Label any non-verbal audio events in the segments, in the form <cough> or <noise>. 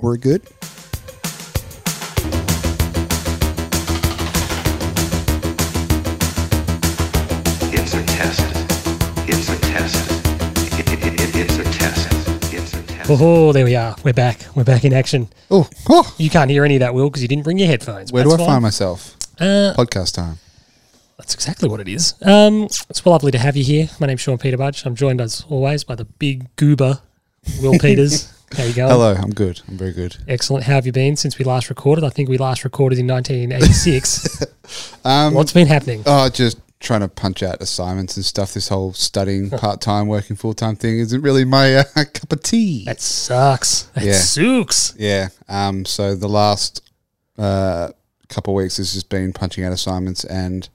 We're good. It's a test. It's a test. It, it, it, it's a test. It's a test. Oh, there we are. We're back. We're back in action. Oh, oh, You can't hear any of that, Will, because you didn't bring your headphones. where do That's I fine. find myself? Uh, Podcast time. that's exactly what it is. Um, it's lovely to have you here. My name's Sean Peter Budge. I'm joined, as always, by the big goober, <laughs> Will Peters. How Uh, you going? Hello, I'm good. I'm very good. Excellent. How have you been since we last recorded? I think we last recorded in <laughs> 1986. Um, What's been happening? Oh, just trying to punch out assignments and stuff. This whole <laughs> studying part time, working full time thing isn't really my uh, <laughs> cup of tea. That sucks. That Yeah. sucks. Yeah. Um. So the last uh, couple of weeks has just been punching out assignments and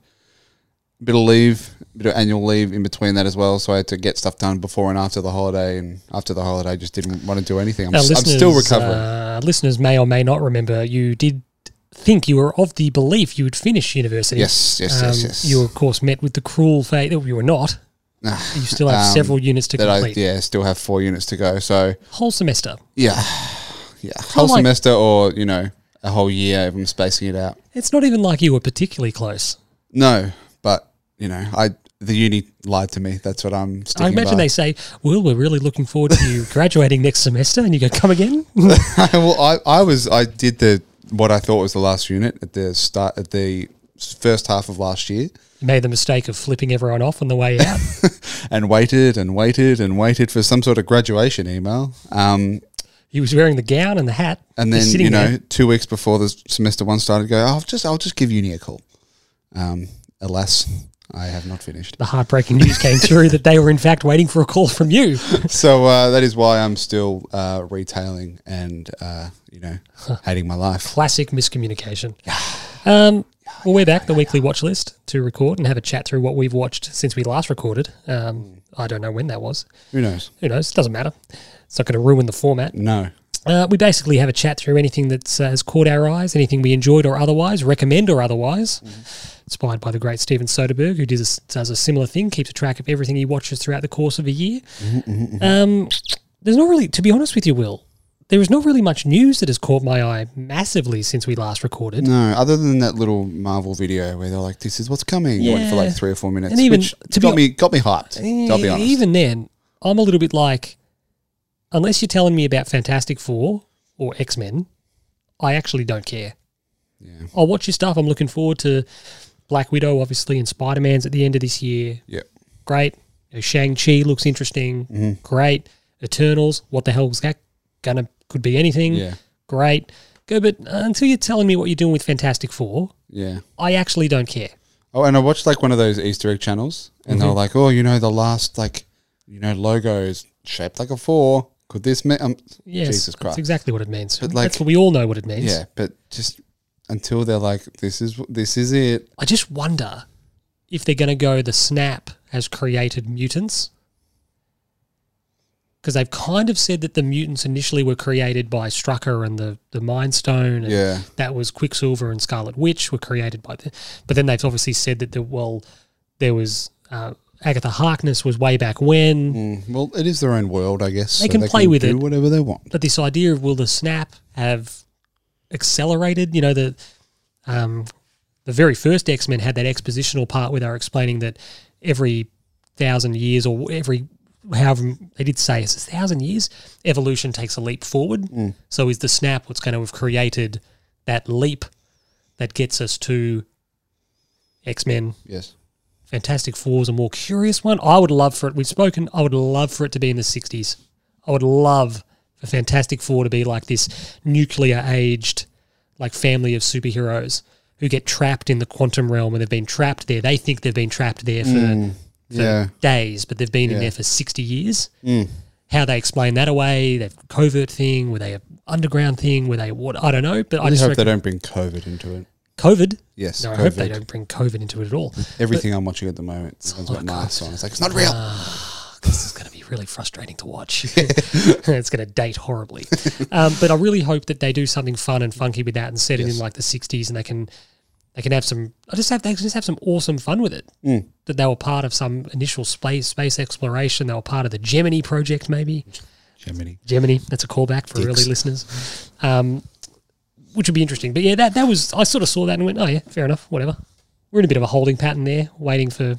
a bit of leave, a bit of annual leave in between that as well. So I had to get stuff done before and after the holiday, and after the holiday, I just didn't want to do anything. I'm, Our s- I'm still listeners, recovering. Uh, listeners may or may not remember you did think you were of the belief you would finish university. Um, yes. Yes. yes. Yes. You, of course, met with the cruel fate. Oh, you were not. Nah. You still have Um, several units to that I complete. yeah still have four units to go. So Whole semester. yeah, yeah, whole like- semester or you know a whole year if I'm spacing it out. It's not even like you were particularly close. No, but you know I the uni lied to me. That's what I'm. Sticking I imagine by. they say, "Well, we're really looking forward to you <laughs> graduating next semester," and you go, "Come again?" <laughs> <laughs> well, I, I was I did the what I thought was the last unit at the start at the first half of last year made the mistake of flipping everyone off on the way out. and waited and waited and waited for some sort of graduation email. Um, he was wearing the gown and the hat, and He's then sitting you know there. two weeks before the semester one started, go I'll just I'll just give uni a call. Um, alas, I have not finished. <laughs> the heartbreaking news came through that they were in fact waiting for a call from you. so uh, that is why I'm still uh, retailing and uh, you know hating my life. Classic miscommunication. Um, well, we're back, the weekly watch list to record and have a chat through what we've watched since we last recorded. Um, I don't know when that was. Who knows? Who knows? Doesn't matter. It's not going to ruin the format. No. Uh, we basically have a chat through anything that uh, has caught our eyes, anything we enjoyed or otherwise, recommend or otherwise. Inspired by the great Steven Soderbergh, who does a, does a similar thing, keeps a track of everything he watches throughout the course of a year. Um, there's not really, to be honest with you, Will, there is not really much news that has caught my eye massively since we last recorded. No, other than that little Marvel video where they're like, "This is what's coming," yeah. went for like Yeah. three or four minutes, And even- which to be got hon- E- me got me hyped. I'll be honest. Even then, I'm a little bit like, unless you're telling me about Fantastic Four or X Men, I actually don't care. Yeah. I'll watch your stuff. I'm looking forward to Black Widow, obviously, and Spider Man's at the end of this year. yeah, Great. You know, Shang Chi looks interesting. Mm-hmm. Great. Eternals. What the hell's that gonna? Could be anything. Yeah. Great. Go, but uh, until you're telling me what you're doing with Fantastic Four, yeah. I actually don't care. Oh, and I watched like one of those Easter egg channels, and Mm-hmm. they're like, "Oh, you know, the last like, you know, logo is shaped like a four. Could this mean?" Um, Yes, Jesus that's Christ. exactly what it means. But, like- that's what we all know what it means. yeah, but just until they're like, "This is this is it." I just wonder if they're going to go the snap has created mutants. Because they've kind of said that the mutants initially were created by Strucker and the, the Mind Stone. And Yeah. That was Quicksilver and Scarlet Witch were created by the. But then they've obviously said that, the, well, there was. Uh, Agatha Harkness was way back when. Mm, Well, it is their own world, I guess. They can play with do it. whatever they want. But this idea of will the snap have accelerated? You know, the um, the very first X Men had that expositional part where they were explaining that every thousand years or every however they did say it's a thousand years, evolution takes a leap forward. So is the snap what's going to have created that leap that gets us to X Men? Yes. Fantastic Four is a more curious one. I would love for it. We've spoken. I would love for it to be in the sixties. I would love for Fantastic Four to be like this nuclear aged, like family of superheroes who get trapped in the quantum realm and they've been trapped there. They think they've been trapped there for, for Yeah. days, but they've been in Mm. Yeah. Mm. there for sixty years. How they explain that away? They've covert thing. Were they a underground thing? Were they what? I don't know. But I I just just hope they don't reckon bring COVID into it. COVID. Yes, No, I hope they COVID. don't bring COVID into it at all. Everything I'm watching at the moment, everyone's Oh, got masks on. It's like it's not real. Uh, this is going to be really frustrating to watch. <laughs> it's going to date horribly. Um, but I really hope that they do something fun and funky with that and set it in like the '60s, and they can they can have some. I just have they can just have some awesome fun with it. That they were part of some initial space space exploration. They were part of the Gemini project, maybe. Gemini. Gemini. That's a callback for early listeners, um, which would be interesting. But yeah, that that was I sort of saw that and went, oh yeah, fair enough, whatever. We're in a bit of a holding pattern there, waiting for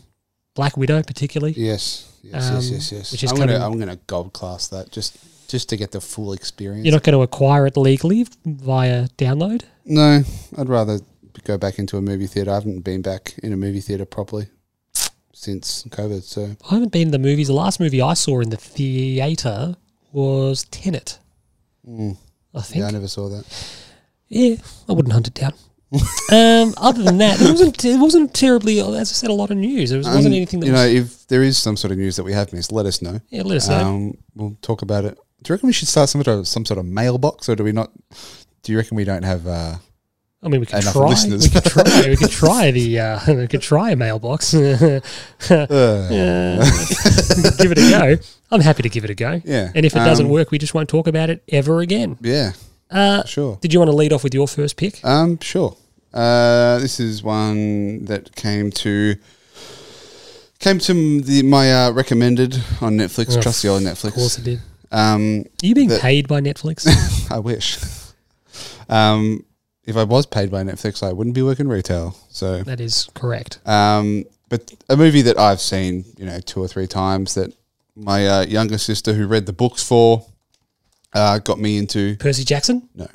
Black Widow particularly. Yes, yes, yes, Um, yes, yes. which is I'm gonna coming- I'm gonna gold class that just just to get the full experience. You're not going to acquire it legally via download. no, I'd rather go back into a movie theater. I haven't been back in a movie theater properly since COVID. So I haven't been to the movies. The last movie I saw in the theater was Tenet. I think. Hmm. yeah, I Yeah, never saw that. I, wouldn't hunt <laughs> it down. um, other than that, it wasn't. It wasn't terribly. As I said, a lot of news. There was, wasn't Um, anything that you was. know. If there is some sort of news that we have missed, let us know. yeah, let us know. Um, we'll talk about it. Do you reckon we should start some sort of some sort of mailbox, or do we not? Do you reckon we don't have? Uh, I mean, we could enough try. listeners. We <laughs> could try. We could try the. Uh, we could try a mailbox. <laughs> Uh, give it a go. I'm happy to give it a go. Yeah. And if it doesn't Um, work, we just won't talk about it ever again. yeah, Uh, sure. Did you want to lead off with your first pick? Um, sure. Uh, this is one that came to came to m- the, my uh, recommended on Netflix. Oh, Trusty old Of course, Netflix. it did. Um, Are you being The- paid by Netflix? <laughs> I wish. um, if I was paid by Netflix, I wouldn't be working retail. So, that is correct. um, but a movie that I've seen, you know, two or three times that my uh, younger sister, who read the books for, uh, got me into. Percy Jackson. No.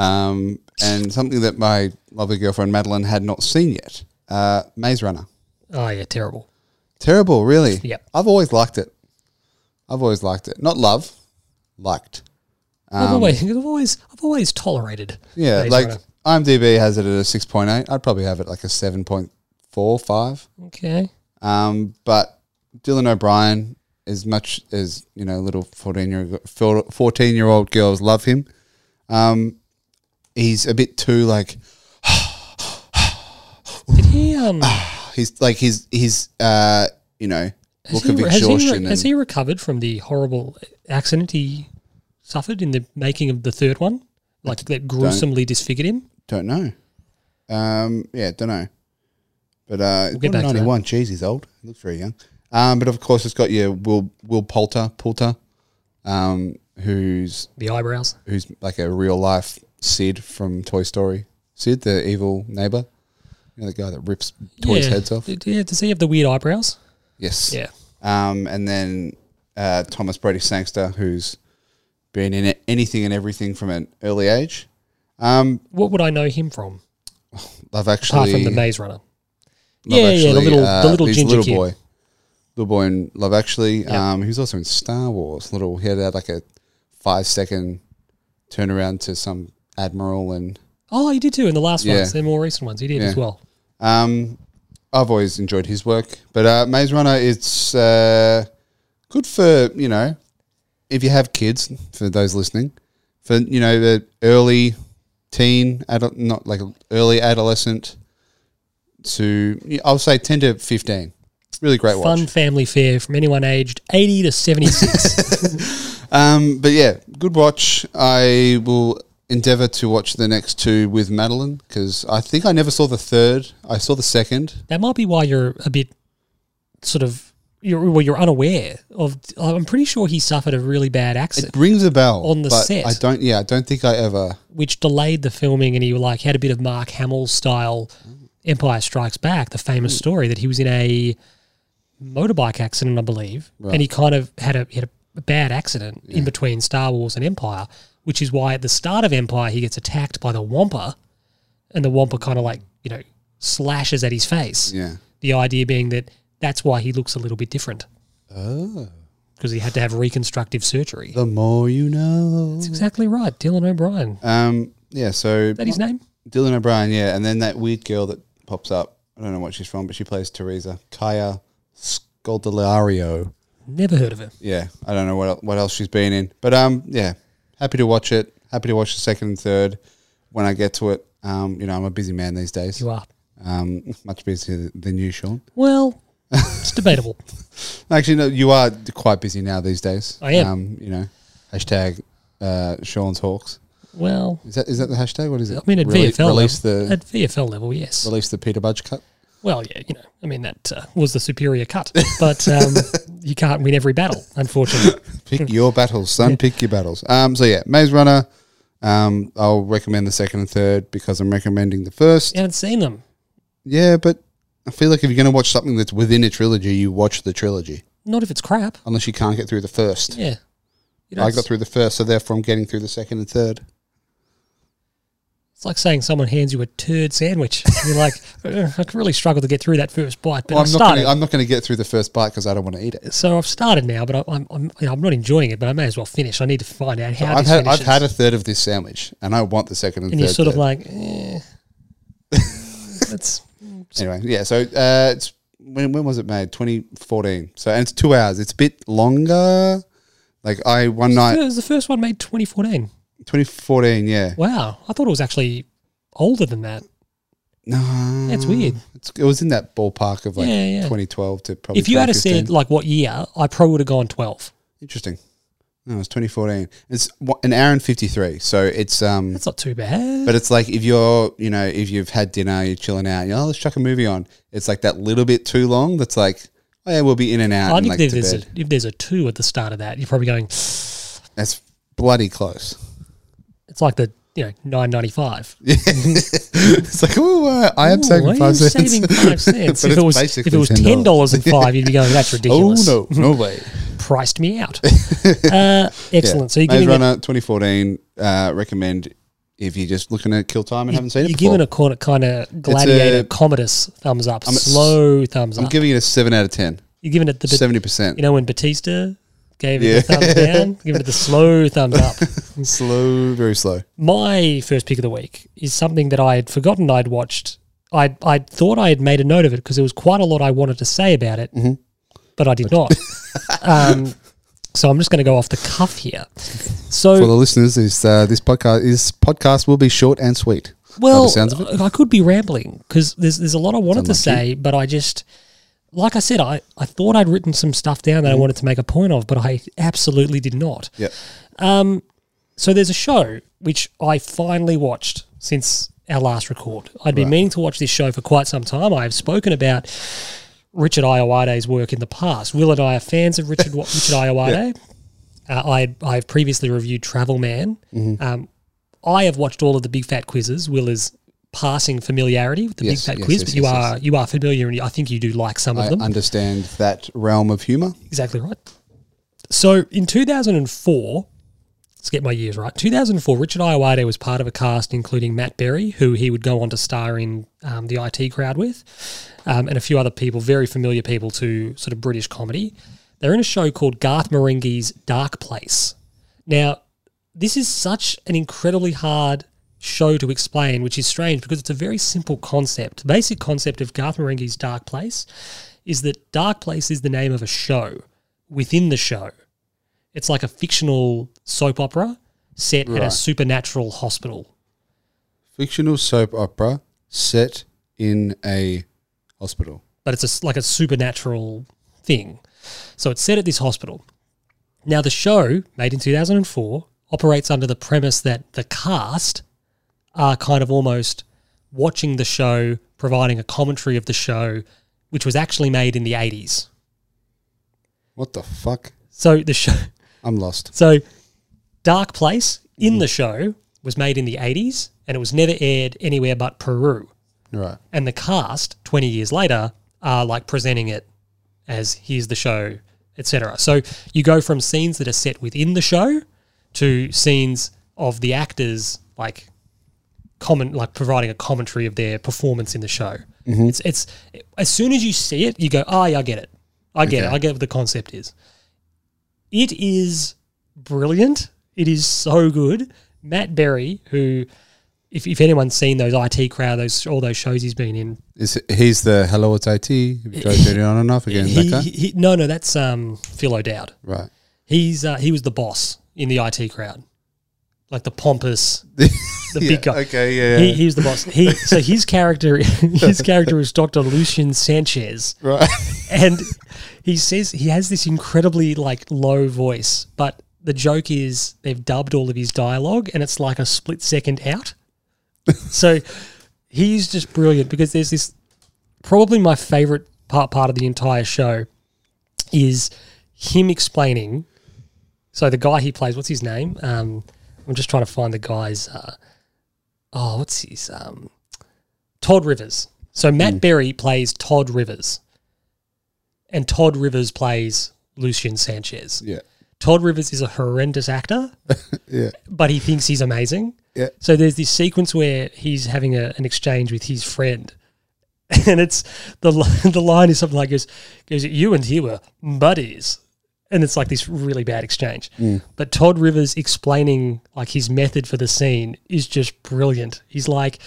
Um, and something that my lovely girlfriend Madeline had not seen yet uh, Maze Runner. Oh yeah, terrible. Terrible, really. Yep. I've always liked it. I've always liked it. Not love, liked. I've always, I've always, I've always tolerated. Um, Yeah, Maze like Runner. IMDb has it at a 6.8. I'd probably have it like a 7.45. okay. Um, but Dylan O'Brien, as much as you know, little fourteen-year-old girls love him, um, he's a bit too like <sighs> Did he? Um, he's like his his uh, you know has, look he of re- has, he re- exhaustion. has and- he recovered from the horrible accident he suffered in the making of the third one? Like that gruesomely disfigured him. Don't know. Um, yeah, don't know. But uh, get back to that. 91. Jeez, he's old. He looks very young. Um, but of course, it's got your Will Will Poulter Poulter, um, who's The eyebrows. who's like a real life Sid from Toy Story. Sid, the evil neighbor, you know, the guy that rips toys' yeah. heads off. D- Yeah. Does he have the weird eyebrows? Yes. Yeah. Um, and then uh, Thomas Brady Sangster, who's been in anything and everything from an early age. Um, What would I know him from Love apart Actually, from the Maze Runner? Love yeah, yeah. The Actually, little, the uh, little he's ginger kid. boy, little boy in Love Actually. Yeah. Um, he was also in Star Wars. Little, he had uh, like a five second turnaround to some admiral and Oh, he did too in the last Yeah. ones. The more recent ones, he did as Yeah. well. Um, I've always enjoyed his work, but uh, Maze Runner, it's uh, good for you know, if you have kids. For those listening, for you know the early teen, adult, not like early adolescent to yeah, I'll say ten to fifteen. Really great watch. Fun family fare from anyone aged eighty to seventy six. Um, but yeah, good watch. I will endeavour to watch the next two with Madeline because I think I never saw the third. I saw the second. that might be why you're a bit sort of you're well you're unaware of i'm pretty sure he suffered a really bad accident It rings a bell on the but set. I don't. Yeah, I don't think I ever. which delayed the filming and he like had a bit of mark hamill style empire strikes back the famous story that he was in a motorbike accident i believe and he kind of had a he had a bad accident in between star wars and empire which is why at the start of empire he gets attacked by the wampa and the wampa kind of like you know slashes at his face Yeah. The idea being that that's why he looks a little bit different. Because he had to have reconstructive surgery. Oh. The more you know. That's exactly right. Dylan O'Brien. Is Um. Yeah. So that his name? Dylan O'Brien. Yeah, and then that weird girl that pops up. I don't know what she's from, but she plays Teresa Kaya Scodelario. Never heard of him. Yeah, I don't know what el- what else she's been in, but um, yeah, happy to watch it. Happy to watch the second and third when I get to it. Um, you know, I'm a busy man these days. You are. Um, much busier than you, Sean. Well, it's <laughs> debatable. Actually, no, you are quite busy now these days. I am. Um, you know, hashtag uh, Sean's Hawks. Well, Is that is that the hashtag? What is it? I mean, at Rele- VFL release level, the at VFL level, yes. release the Peter Budge cut. Well, yeah, you know, I mean that uh, was the superior cut, but <laughs> um, you can't win every battle, unfortunately. Pick your battles, son. Pick your battles. Um, so yeah, Maze Runner. Um, I'll recommend the second and third because I'm recommending the first. You haven't seen them. Yeah, but I feel like if you're going to watch something that's within a trilogy, you watch the trilogy. Not if it's crap. Unless you can't get through the first. Yeah. You know, I it's, got through the first, so therefore I'm getting through the second and third. it's like saying someone hands you a turd sandwich. You're like, <laughs> "Ugh, I really struggled to get through that first bite, but Well, I've I'm not. started. Gonna, I'm not going to get through the first bite because I don't want to eat it. so I've started now, but I, I'm I'm, you know, I'm not enjoying it. But I may as well finish. I need to find out how I've this had, I've finishes. had a third of this sandwich, and I want the second and, and third. you're sort of third. like, eh. that's anyway, yeah. So uh, it's when when was it made? 2014. So and it's two hours. It's a bit longer. Like <laughs> I one it night was the first one made 2014. 2014. Yeah, Wow, I thought it was actually older than that. no, That's weird. It's, it was in that ballpark of like Yeah, yeah. 2012 to probably. If you had have 2015. said like what year, I probably would have gone 12. interesting. No, it's 2014. It's wha- an hour and 53. So it's um. That's not too bad. But it's like if you're, you know, if you've had dinner, you're chilling out, you know, oh, let's chuck a movie on. It's like that little bit too long. That's like, oh yeah, we'll be in and out. I and think like if, to there's bed. a, if there's a two at the start of that, you're probably going. That's bloody close. <laughs> It's like the you know nine ninety five. It's like, oh, uh, I am saving five cents. <laughs> saving five cents? But if it it's was if basically it was ten dollars and <laughs> five, you'd be going. That's oh ridiculous. no, no way. priced <laughs> me out. uh, <laughs> excellent. So you're Maze giving it, Runner 2014. Uh, recommend if you're just looking to kill time and haven't seen it you're before. giving a kind of, kind of gladiator Commodus thumbs up, slow thumbs I'm up. giving it a seven out of ten. you're giving it the Seventy percent. you know when Batista gave it Yeah. the <laughs> thumbs down, giving it the slow thumbs up. slow, very slow. My first pick of the week is something that I had forgotten I'd watched. I I thought I had made a note of it because there was quite a lot I wanted to say about it, Mm-hmm. but I <laughs> did not. um, so I'm just going to go off the cuff here. So For the listeners, is uh, this podcast is podcast will be short and sweet. Well, the sounds of I could be rambling because there's there's a lot I wanted to say, but I just, like I said, I, I thought I'd written some stuff down that Mm. I wanted to make a point of, but I absolutely did not. Um, Yep. So there's a show which I finally watched since our last record. I'd been meaning to watch this show for quite some time. I have spoken about Richard Iowade's work in the past. Will and I are fans of <laughs> Richard Richard Iowade. Uh, I I've previously reviewed Travel Man. Mm-hmm. Um, I have watched all of the Big Fat Quizzes. Will is passing familiarity with the Yes, Big Fat yes, Quiz, yes, but you yes, are you are familiar, and I think you do like some of I them. understand that realm of humor. Exactly right. So in 2004, let's get my years right. 2004, Richard Iowade was part of a cast including Matt Berry, who he would go on to star in um, the IT crowd with, um, and a few other people, very familiar people to sort of British comedy. They're in a show called Garth Marenghi's Dark Place. Now, this is such an incredibly hard show to explain, which is strange because it's a very simple concept. The basic concept of Garth Marenghi's Dark Place is that Dark Place is the name of a show within the show. It's like a fictional soap opera set at a supernatural hospital. Fictional soap opera set in a hospital. but it's a s like a supernatural thing. So it's set at this hospital. Now the show, made in 2004, operates under the premise that the cast are kind of almost watching the show, providing a commentary of the show, which was actually made in the 80s. What the fuck? So the show, I'm lost. so Dark Place in the show was made in the 80s and it was never aired anywhere but Peru. Right. And the cast, 20 years later, are like presenting it as here's the show, etc. So you go from scenes that are set within the show to scenes of the actors like comment like providing a commentary of their performance in the show. It's it's as soon as you see it, you go, "Ah, yeah, I get it. I get it. Okay. I get what the concept is." It is brilliant. It is so good. Matt Berry, who if, if anyone's seen those IT crowd, those all those shows he's been in, Is he's the hello it's IT? Have you tried turning it on and off again? he, that guy? he, he- no no that's um, Phil O'Dowd. right. He's uh, he was the boss in the IT crowd, like <laughs> the pompous, the Yeah, big guy. Okay, yeah. He, he was the boss. He so his character <laughs> his character was Doctor Lucian Sanchez, right. and he says he has this incredibly like low voice, but the joke is they've dubbed all of his dialogue, and it's like a split second out. So he's just brilliant because there's this probably my favorite part part of the entire show is him explaining. So the guy he plays, what's his name? Um, I'm just trying to find the guy's. Uh, oh, what's his? Um, Todd Rivers. So Matt Berry plays Todd Rivers, and Todd Rivers plays Lucian Sanchez. Yeah. Todd Rivers is a horrendous actor, <laughs> Yeah. but he thinks he's amazing. Yeah. So there's this sequence where he's having a, an exchange with his friend, <laughs> and it's the li- <laughs> the line is something like goes goes you and he were buddies, and it's like this really bad exchange. Mm. But Todd Rivers explaining like his method for the scene is just brilliant. He's like.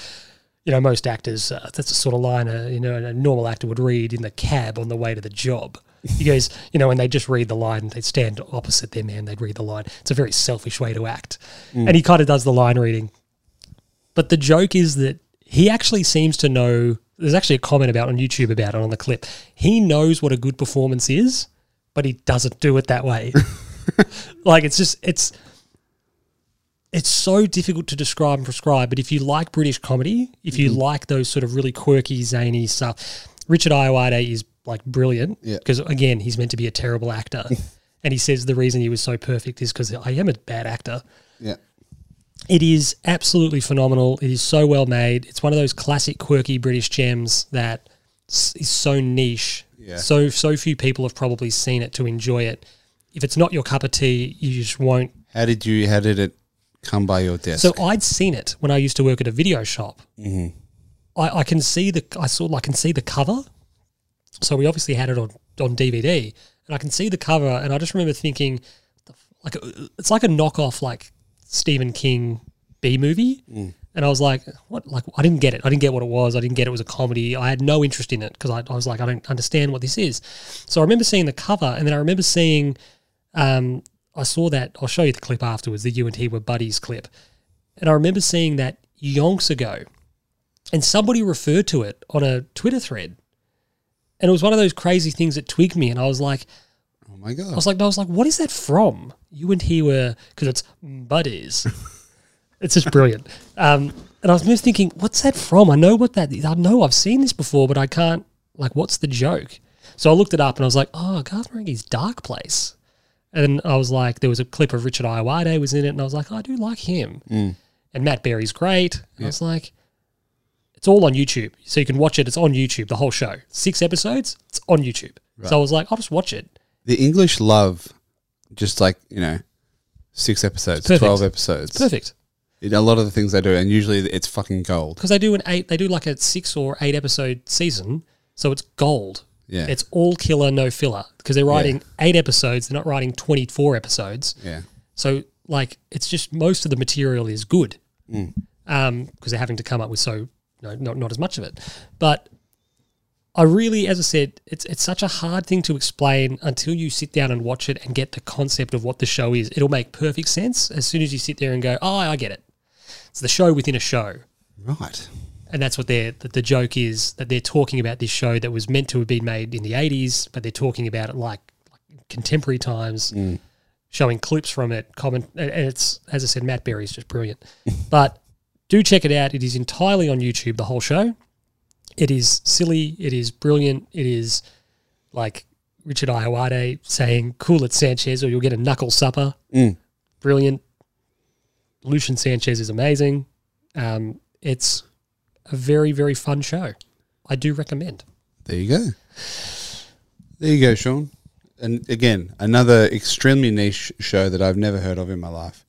You know, most actors, uh, that's the sort of line a, you know, a normal actor would read in the cab on the way to the job. He goes, you know, and they just read the line, they'd stand opposite their man, they'd read the line. It's a very selfish way to act. And he kind of does the line reading but the joke is that he actually seems to know. There's actually a comment about on YouTube about it on the clip. He knows what a good performance is, but he doesn't do it that way. like it's just it's it's so difficult to describe and prescribe. But if you like British comedy, if Mm-hmm. you like those sort of really quirky, zany stuff, Richard Iowade is like brilliant Yeah. because again, he's meant to be a <laughs> terrible actor, and he says the reason he was so perfect is because I am a bad actor. Yeah. It is absolutely phenomenal. It is so well made. It's one of those classic quirky British gems that s- is so niche. Yeah. So so few people have probably seen it to enjoy it. If it's not your cup of tea, you just won't. How did you? How did it come by your desk? So I'd seen it when I used to work at a video shop. Mm-hmm. I, I can see the I saw I can see the cover. So we obviously had it on on DVD, and I can see the cover, and I just remember thinking, the f- like uh, it's like a knockoff like Stephen King B movie. And I was like, what? Like, I didn't get it. I didn't get what it was. I didn't get it was a comedy. I had no interest in it because I, I was like, I don't understand what this is. So I remember seeing the cover, and then I remember seeing, um, I saw that. I'll show you the clip afterwards. The you and he were buddies clip, and I remember seeing that yonks ago, and somebody referred to it on a Twitter thread, and it was one of those crazy things that twigged me, and I was like, oh my I god! was like, I was like, what is that from? You and he were because it's buddies. it's just brilliant. Um, and I was just thinking, what's that from? I know what that is. I know I've seen this before, but I can't like, what's the joke? So I looked it up and I was like, oh, Garth Marenghi's Dark Place. And I was like, there was a clip of Richard Iowade was in it, and I was like, oh, I do like him. And Matt Berry's great. And I was like, it's all on YouTube. So you can watch it. It's on YouTube, the whole show. Six episodes, it's on YouTube. So I was like, I'll just watch it. The English love, just like you know, six episodes, Perfect. twelve episodes. Perfect. It- a lot of the things they do, and usually it's fucking gold. because they do an eight, they do like a six or eight episode season, so it's gold. Yeah. it's all killer, no filler. Because they're writing eight episodes, they're not writing twenty four episodes. Yeah, So like, it's just most of the material is good, because they're having to come up with so no, not not as much of it. But I really, as I said, it's it's such a hard thing to explain until you sit down and watch it and get the concept of what the show is. It'll make perfect sense as soon as you sit there and go, "Oh, I get it." It's the show within a show right. and that's what they're that the joke is that they're talking about this show that was meant to have been made in the 80s but they're talking about it like, like contemporary times showing clips from it comment and and it's as i said matt berry is just brilliant <laughs> but do check it out it is entirely on youtube the whole show it is silly it is brilliant it is like richard iowade saying cool it sanchez or you'll get a knuckle supper brilliant lucian sanchez is amazing um, it's a very very fun show. I do recommend. There you go. There you go, Sean. And again, another extremely niche show that I've never heard of in my life.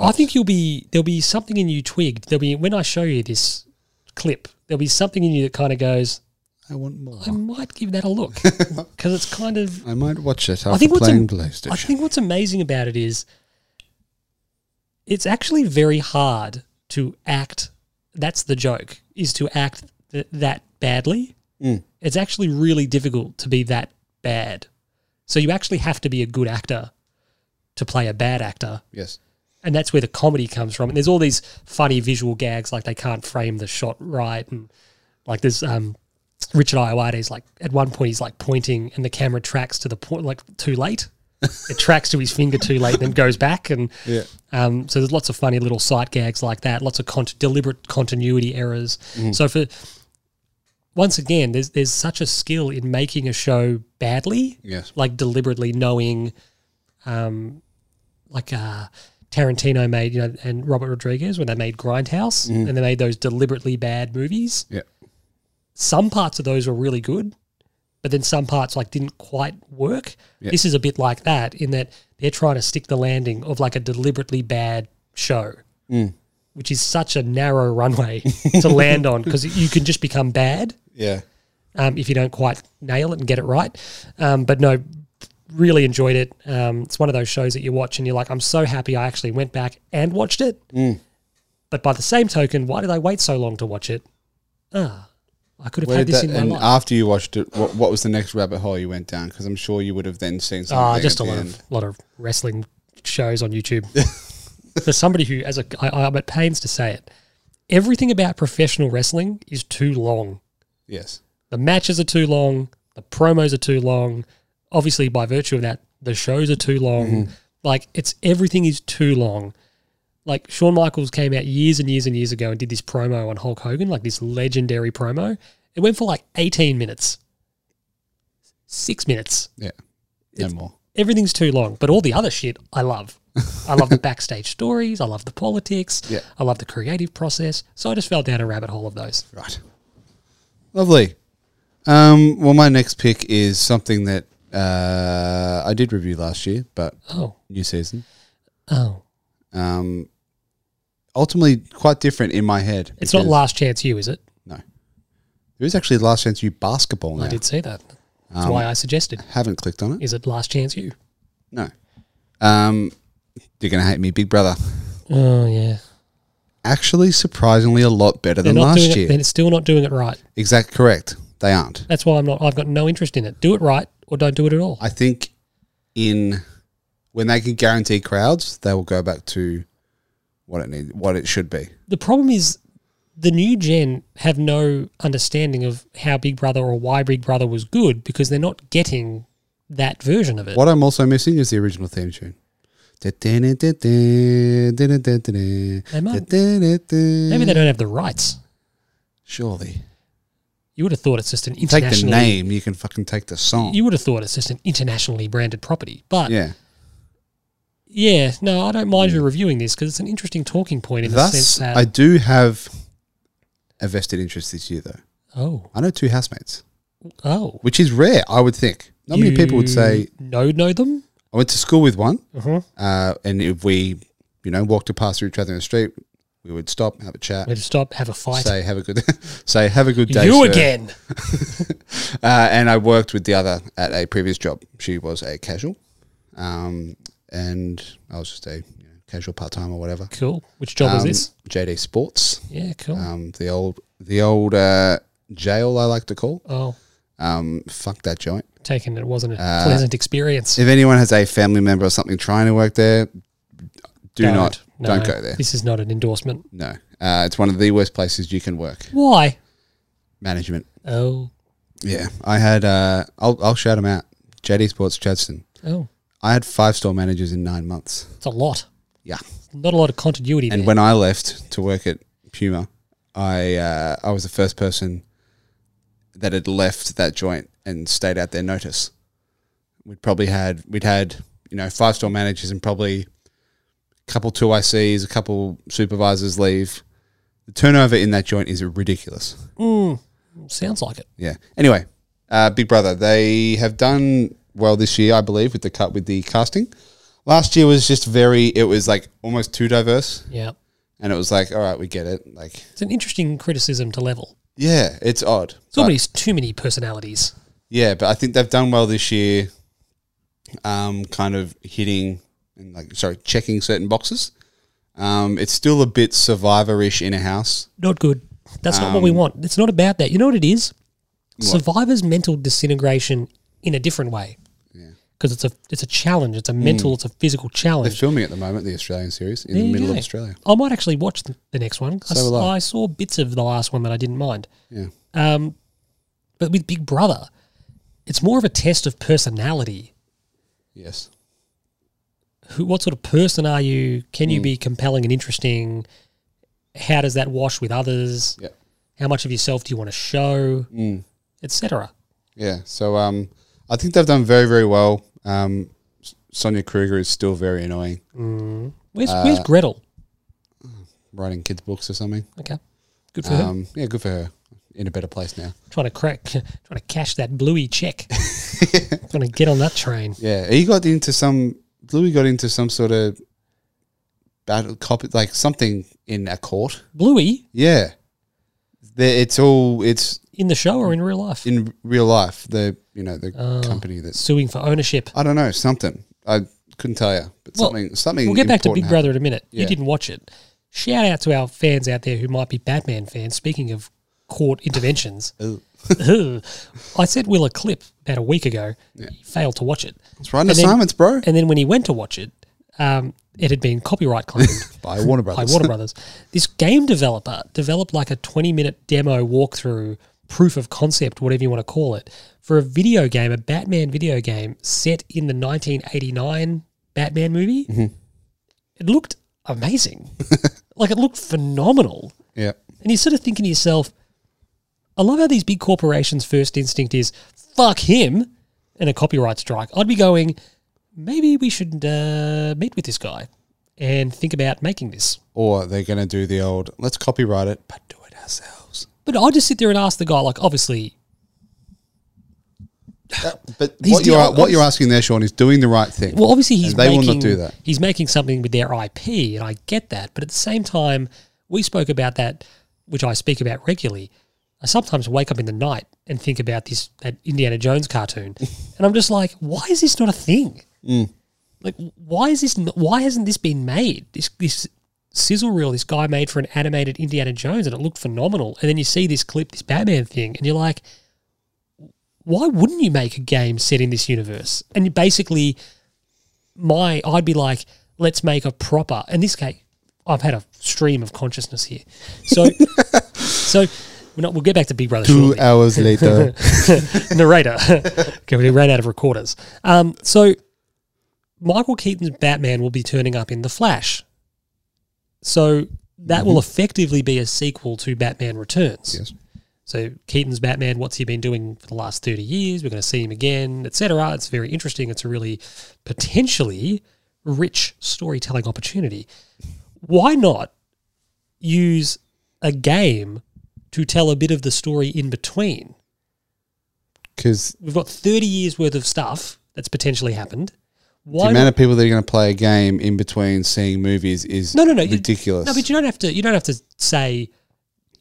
I think you'll be there'll be something in you twigged. There'll be when I show you this clip, there'll be something in you that kind of goes, I want more. I might give that a look because it's kind of I might watch it after think what's playing im- PlayStation. I think what's amazing about it is it's actually very hard to act. That's the joke, is to act th- that badly. It's actually really difficult to be that bad. So you actually have to be a good actor to play a bad actor. yes. And that's where the comedy comes from. And there's all these funny visual gags, like they can't frame the shot right. And like there's um, Richard Iowade's like, at one point, he's like pointing and the camera tracks to the point, like too late. it tracks to his finger too late, then goes back. And Yeah. um, so there's lots of funny little sight gags like that, lots of cont- deliberate continuity errors. So for once again, there's there's such a skill in making a show badly, Yes. like deliberately knowing, um, like uh, Tarantino made, you know, and Robert Rodriguez when they made Grindhouse and they made those deliberately bad movies. Yeah. Some parts of those were really good, but then some parts like didn't quite work. Yeah. This is a bit like that in that they're trying to stick the landing of like a deliberately bad show. Mm. Which is such a narrow runway to <laughs> land on because you can just become bad Yeah. um, if you don't quite nail it and get it right. Um, but no, really enjoyed it. Um, it's one of those shows that you watch and you're like, I'm so happy I actually went back and watched it. Mm. But by the same token, why did I wait so long to watch it? Ah, I could have Where had did this that, in my and life. after you watched it, what, what was the next rabbit hole you went down? Because I'm sure you would have then seen Ah, something. just at a the lot end. of lot of wrestling shows on YouTube. For somebody who, as a, I, I'm at pains to say it, everything about professional wrestling is too long. Yes. the matches are too long, the promos are too long. Obviously, by virtue of that, the shows are too long. Like it's everything is too long. Like Shawn Michaels came out years and years and years ago and did this promo on Hulk Hogan, like this legendary promo. It went for like 18 minutes, six minutes. Yeah. No more. Everything's too long, but all the other shit I love. I <laughs> love the backstage stories. I love the politics. Yeah. I love the creative process. So I just fell down a rabbit hole of those. Right. Lovely. Um, well, my next pick is something that uh, I did review last year, but Oh, new season. oh. Um, ultimately, quite different in my head. It's not because- Last Chance You, is it? No. There is actually Last Chance You basketball now. I did see that. That's Um, why I suggested. Haven't clicked on it. Is it Last Chance You? No. Um, you're going to hate me, Big Brother. Oh yeah, Actually, surprisingly, a lot better they're than not doing last it. year. They're still not doing it right. Exact correct. They aren't. That's why I'm not. I've got no interest in it. Do it right or don't do it at all. I think in when they can guarantee crowds, they will go back to what it need, what it should be. the problem is the new gen have no understanding of how Big Brother or why Big Brother was good because they're not getting that version of it. What I'm also missing is the original theme tune. They might- Maybe Mm. they don't have the rights. Surely. You would have thought it's just an Take the internationally. name, you can fucking take the song. You would have thought it's just an internationally branded property, but yeah, yeah. Mm. no, I don't mind you reviewing this because it's an interesting talking point in the sense Thus, that I do have a vested interest this year, though. oh I know two housemates, oh which is rare, I would think. Not many people would You say, no know them? I went to school with one. Uh-huh. Uh, and if we, you know, walked a pass through each other in the street, we would stop, have a chat, We'd stop, have a fight. say have a good, <laughs> say have a good day. you sir." again. Uh, and I worked with the other at a previous job. She was a casual, um, and I was just a you know, casual part time or whatever. Cool. Which job was Um, this? JD Sports, Yeah, cool. um, the old the old uh, jail I like to call. oh, Um, fuck that joint. taken. It wasn't a uh, pleasant experience. If anyone has a family member or something trying to work there, do not No, don't go there. This is not an endorsement. No, uh, it's one of the worst places you can work. Why? management. Oh, Yeah, I had. Uh, I'll I'll shout them out. JD Sports Chadson. oh, I had five store managers in nine months. it's a lot. Yeah, Not a lot of continuity and there. when I left to work at Puma, I uh, I was the first person that had left that joint and stayed out their notice. We'd probably had we'd had you know five store managers and probably a couple two ICs, a couple supervisors leave. The turnover in that joint is ridiculous. Sounds like it. Yeah. Anyway, uh, Big Brother, they have done well this year, I believe, with the cut with the casting. Last year was just very. It was like almost too diverse, Yeah, and it was like, all right, we get it. Like, it's an interesting criticism to level. yeah, it's odd. So But, many, too many personalities. yeah, but I think they've done well this year. Um, kind of hitting and like sorry, checking certain boxes. Um, it's still a bit survivor-ish in a house. Not good. That's not what Um, we want. It's not about that. You know what it is? Survivor's mental disintegration in a different way. Because it's a it's a challenge. It's a mental. It's a physical challenge. They're filming at the moment the Australian series Hmm. in There the you middle of go. Australia. I might actually watch the, the next one. I, So s- will I. I saw bits of the last one that I didn't mind. Yeah. Um, but with Big Brother, it's more of a test of personality. Yes. Who, what sort of person are Hmm. you? Can you be compelling and interesting? How does that wash with others? Yeah. How much of yourself do you want to show, Hmm. etc. Yeah. So um, I think they've done very, very well. Um, S- Sonia Kruger is still very annoying, Where's Uh, Where's Gretel? writing kids' books or something. Okay, good for her. Um, yeah, good for her. In a better place now. Trying to crack, <laughs> trying to cash that <laughs> bluey check. Trying to get on that train. Yeah, he got into some. Bluey got into some sort of battle copy, like something in a court. Bluey Yeah, They- it's all it's in the show or in real life? in real life. The you know the Oh. company that's Suing for ownership. I don't know something. I couldn't tell you, but Well, something something. We'll get back to important Big Brother in a minute. You Yeah. didn't watch it. Shout out to our fans out there who might be Batman fans. Speaking of court interventions, happened. <laughs> Ooh. <laughs> I sent Will a clip about a week ago. He failed to watch it. It's right in And then- assignments, bro. And then when he went to watch it, um, it had been copyright claimed. <laughs> By Warner by Brothers. Warner Brothers. This game developer developed like a 20 minute demo walkthrough, proof of concept, whatever you want to call it, for a video game, a Batman video game set in the 1989 Batman movie. It looked amazing. like it looked phenomenal. yeah, And you're sort of thinking to yourself, I love how these big corporations' first instinct is fuck him and a copyright strike. I'd be going, maybe we should uh, meet with this guy and think about making this. or they're going to do the old let's copyright it, but do it ourselves. But I just sit there and ask the guy, like, obviously, Uh, <laughs> But He's what the you are old- what you're asking there, Sean, is doing the right thing. well, obviously he's And they will making, not do that. He's making something with their IP, and I get that. But at the same time, we spoke about that, which I speak about regularly. I sometimes wake up in the night and think about this that Indiana Jones cartoon, <laughs> and I'm just like, why is this not a thing? Mm. Like, why is this? n- Why hasn't this been made? This this sizzle reel this guy made for an animated Indiana Jones, and it looked phenomenal. And then you see this clip, this Batman thing, and you're like, why wouldn't you make a game set in this universe? And you basically, my I'd be like, let's make a proper. In this case, I've had a stream of consciousness here, so so. We're not, we'll get back to Big Brother. Two shortly hours <laughs> later, narrator. <laughs> okay, we ran out of recorders. Um, so Michael Keaton's Batman will be turning up in The Flash. So that will effectively be a sequel to Batman Returns. Yes. So Keaton's Batman, what's he been doing for the last 30 years? We're going to see him again, etc. It's very interesting. It's a really potentially rich storytelling opportunity. Why not use a game to tell a bit of the story in between? because we've got 30 years worth of stuff that's potentially happened. the Why? amount not- of people that are going to play a game in between seeing movies is no, no, no, you- ridiculous. no, but you don't have to. You don't have to say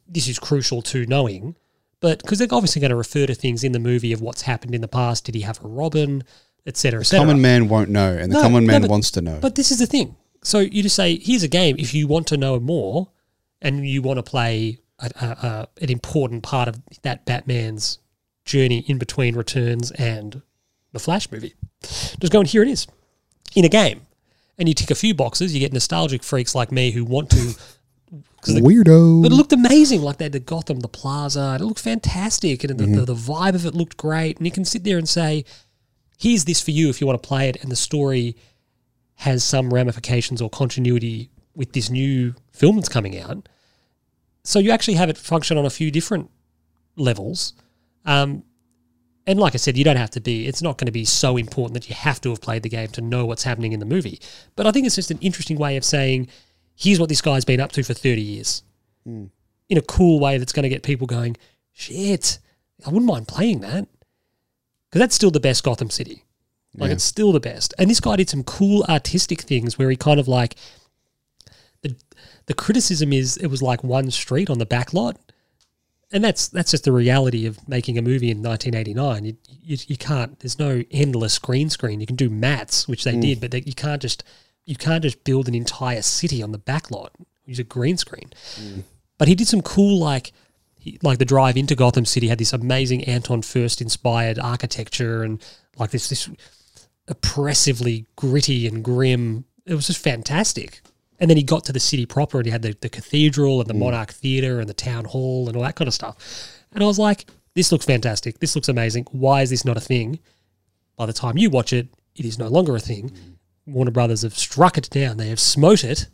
this is crucial to knowing, but because they're obviously going to refer to things in the movie of what's happened in the past. Did he have a Robin, etc. etc. common man won't know, and the No, common no, man but- wants to know. But this is the thing. So you just say, here's a game. If you want to know more, and you want to play a, a, a, an important part of that Batman's journey in between returns and the Flash movie, just go and here it is in a game, and you tick a few boxes. You get nostalgic freaks like me who want to. Weirdo. But it looked amazing, like they had the Gotham, the Plaza, and it looked fantastic, and the, the, the vibe of it looked great. And you can sit there and say, "Here's this for you if you want to play it," and the story has some ramifications or continuity with this new film that's coming out. So you actually have it function on a few different levels. Um, and like I said, you don't have to be, it's not going to be so important that you have to have played the game to know what's happening in the movie. But I think it's just an interesting way of saying, here's what this guy's been up to for 30 years in a cool way that's going to get people going, shit, I wouldn't mind playing that. Because that's still the best Gotham City. Like, it's still the best. And this guy did some cool artistic things where he kind of like, the, the criticism is it was like one street on the back lot. And that's that's just the reality of making a movie in 1989. You, you, you can't. There's no endless green screen. You can do mats, which they did, but they, you can't just you can't just build an entire city on the back lot. Use a green screen but he did some cool like he- like the drive into Gotham City had this amazing Anton First inspired architecture and like this this oppressively gritty and grim. It was just fantastic. And then he got to the city proper and he had the, the cathedral and the Monarch Theatre and the town hall and all that kind of stuff. And I was like, this looks fantastic. This looks amazing. Why is this not a thing? By the time you watch it, it is no longer a thing. Warner Brothers have struck it down. They have smote it.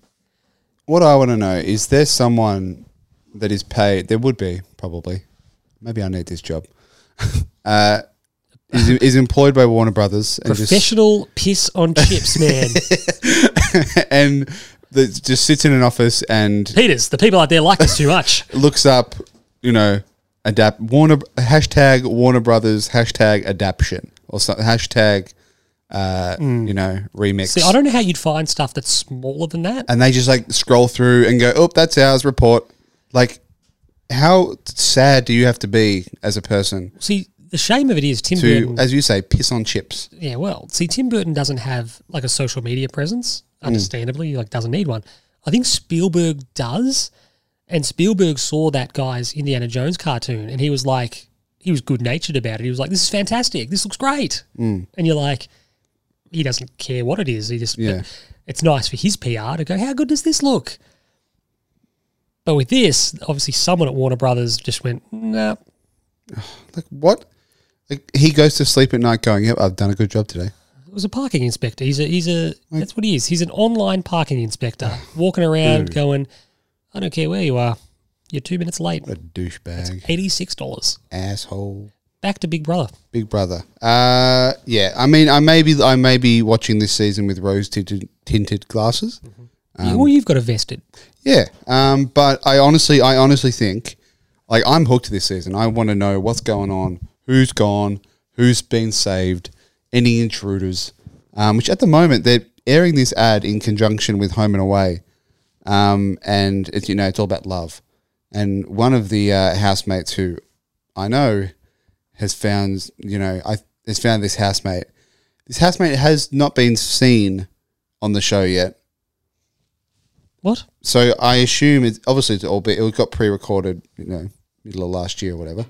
what I want to know is there someone that is paid, there would be probably. Maybe I need this job. <laughs> uh, is, is employed by Warner Brothers and just Professional piss on chips, man. and that just sits in an office and Peters, the people out there like us too much. looks up, you know, adapt Warner hashtag Warner Brothers hashtag adaption or so, hashtag, uh, you know, remix. See, I don't know how you'd find stuff that's smaller than that. and they just like scroll through and go, "Oh, that's ours." Report. Like, how sad do you have to be as a person See, the shame of it is Tim to, Burton. as you say, piss on chips? Yeah, well, see, Tim Burton doesn't have like a social media presence, understandably, he, like doesn't need one. I think Spielberg does, and Spielberg saw that guy's Indiana Jones cartoon, and he was like, he was good natured about it. He was like, "This is fantastic. This looks great," mm. and you're like, he doesn't care what it is. He just, but Yeah. it's nice for his PR to go, "How good does this look?" But with this, obviously, someone at Warner Brothers just went, "No, Like, what? Like, he goes to sleep at night going, "Yep, I've done a good job today." It was a parking inspector. He's a he's a that's what he is. He's an online parking inspector walking around going, I don't care where you are, you're two minutes late. What a douchebag, Eighty six dollars. asshole, Back to Big Brother. big brother. Uh, yeah. I mean, I may be, I may be watching this season with rose tinted tinted glasses. Um, You- well, you've got a vested. Yeah, um, but I honestly, I honestly think, like, I'm hooked this season. I want to know what's going on, who's gone, who's been saved, any intruders. Um, which at the moment they're airing this ad in conjunction with Home and Away, um, and it's you know it's all about love. And one of the uh, housemates who I know has found, you know, I has found this housemate. This housemate has not been seen on the show yet. What? So I assume it's obviously it's all bit it got pre-recorded, you know, middle of last year or whatever,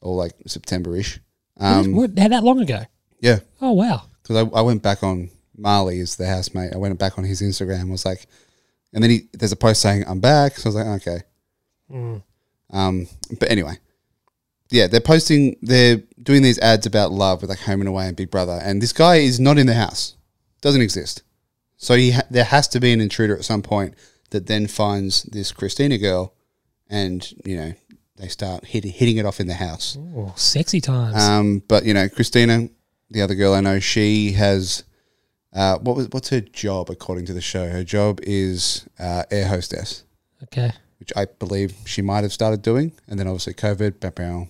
or like September-ish. Um, what? How that long ago? yeah, Oh wow. because I, I went back on Marley is the housemate. I went back on his Instagram. I was like, and then he there's a post saying I'm back. So I was like, okay. Um, but anyway, yeah, they're posting, they're doing these ads about love with like Home and Away and Big Brother, and this guy is not in the house, doesn't exist. So he ha- there has to be an intruder at some point that then finds this Christina girl, and you know they start hit- hitting it off in the house. Oh, sexy times. Um, but you know, Christina, the other girl I know, she has uh, what was what's her job according to the show? Her job is uh, air hostess, okay. which I believe she might have started doing, and then obviously COVID. bow, bow.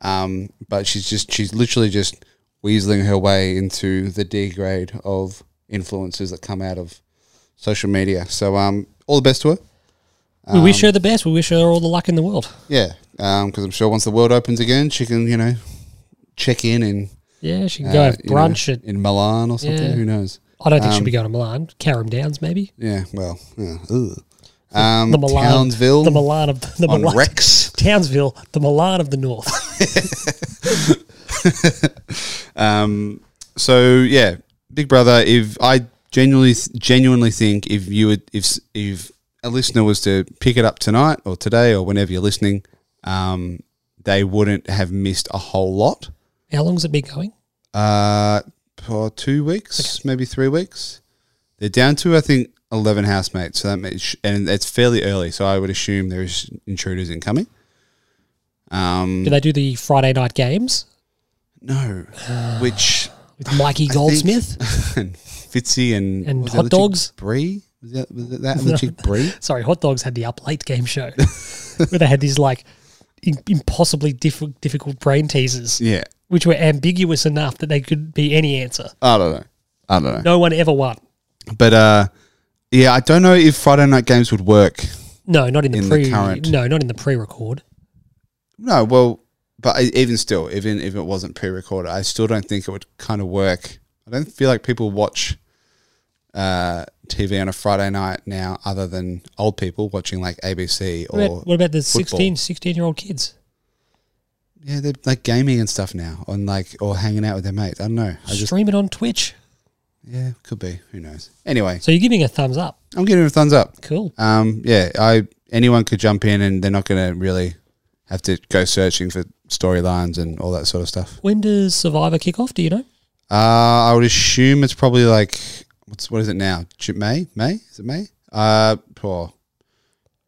Um, but she's just she's literally just weaseling her way into the D grade of influences that come out of social media. So um, all the best to her. we wish her the best. We wish her all the luck in the world. Yeah, because I'm sure once the world opens again, she can you know check in and Yeah, she can uh, go have you know, um, brunch at. in Milan or something. Yeah. Who knows? I don't think she'll be going to Milan. Caram Downs, maybe. Yeah, well, yeah, ugh. um, The Milan, Townsville The Milan of the on Milan. Rex. Townsville, the Milan of the North. Um, so yeah, Big Brother. If I genuinely, genuinely think if you would, if s- if a listener was to pick it up tonight or today or whenever you're listening, um, they wouldn't have missed a whole lot. How long's it been going? Uh, for two weeks, maybe three weeks. They're down to I think eleven housemates, so that makes, and it's fairly early. So I would assume there is intruders incoming. Um, Do they do the Friday night games <sighs> no, which with Mikey <sighs> I Goldsmith? think- <laughs> and Fitzy and And what was the hot other chick? dogs? Brie was that was that, that other <laughs> chick Brie? Sorry, Hot Dogs had the Up Late <laughs> game show where they had these like im- impossibly diff- difficult brain teasers, Yeah, which were ambiguous enough that they could be any answer. I don't know, I don't know, No one ever won. but uh, yeah, I don't know if Friday night games would work. No, not in the In the pre. current- no, not in the pre-record. No, well, but I- even still, even if it wasn't pre-recorded, I still don't think it would kind of work. I don't feel like people watch uh, TV on a Friday night now, other than old people watching like ABC What or about, what about the football. 16, 16 year old kids? yeah, they're like gaming and stuff now, on like or hanging out with their mates. I don't know. I just Stream it on Twitch. yeah, could be. Who knows? Anyway, So you're giving a thumbs up. I'm giving it a thumbs up. Cool. Um, yeah, I anyone could jump in, and they're not going to really have to go searching for storylines and all that sort of stuff. When does Survivor kick off? Do you know? Uh, I would assume it's probably like what's what is it now? Ju- May? May? Is it May? Uh, poor.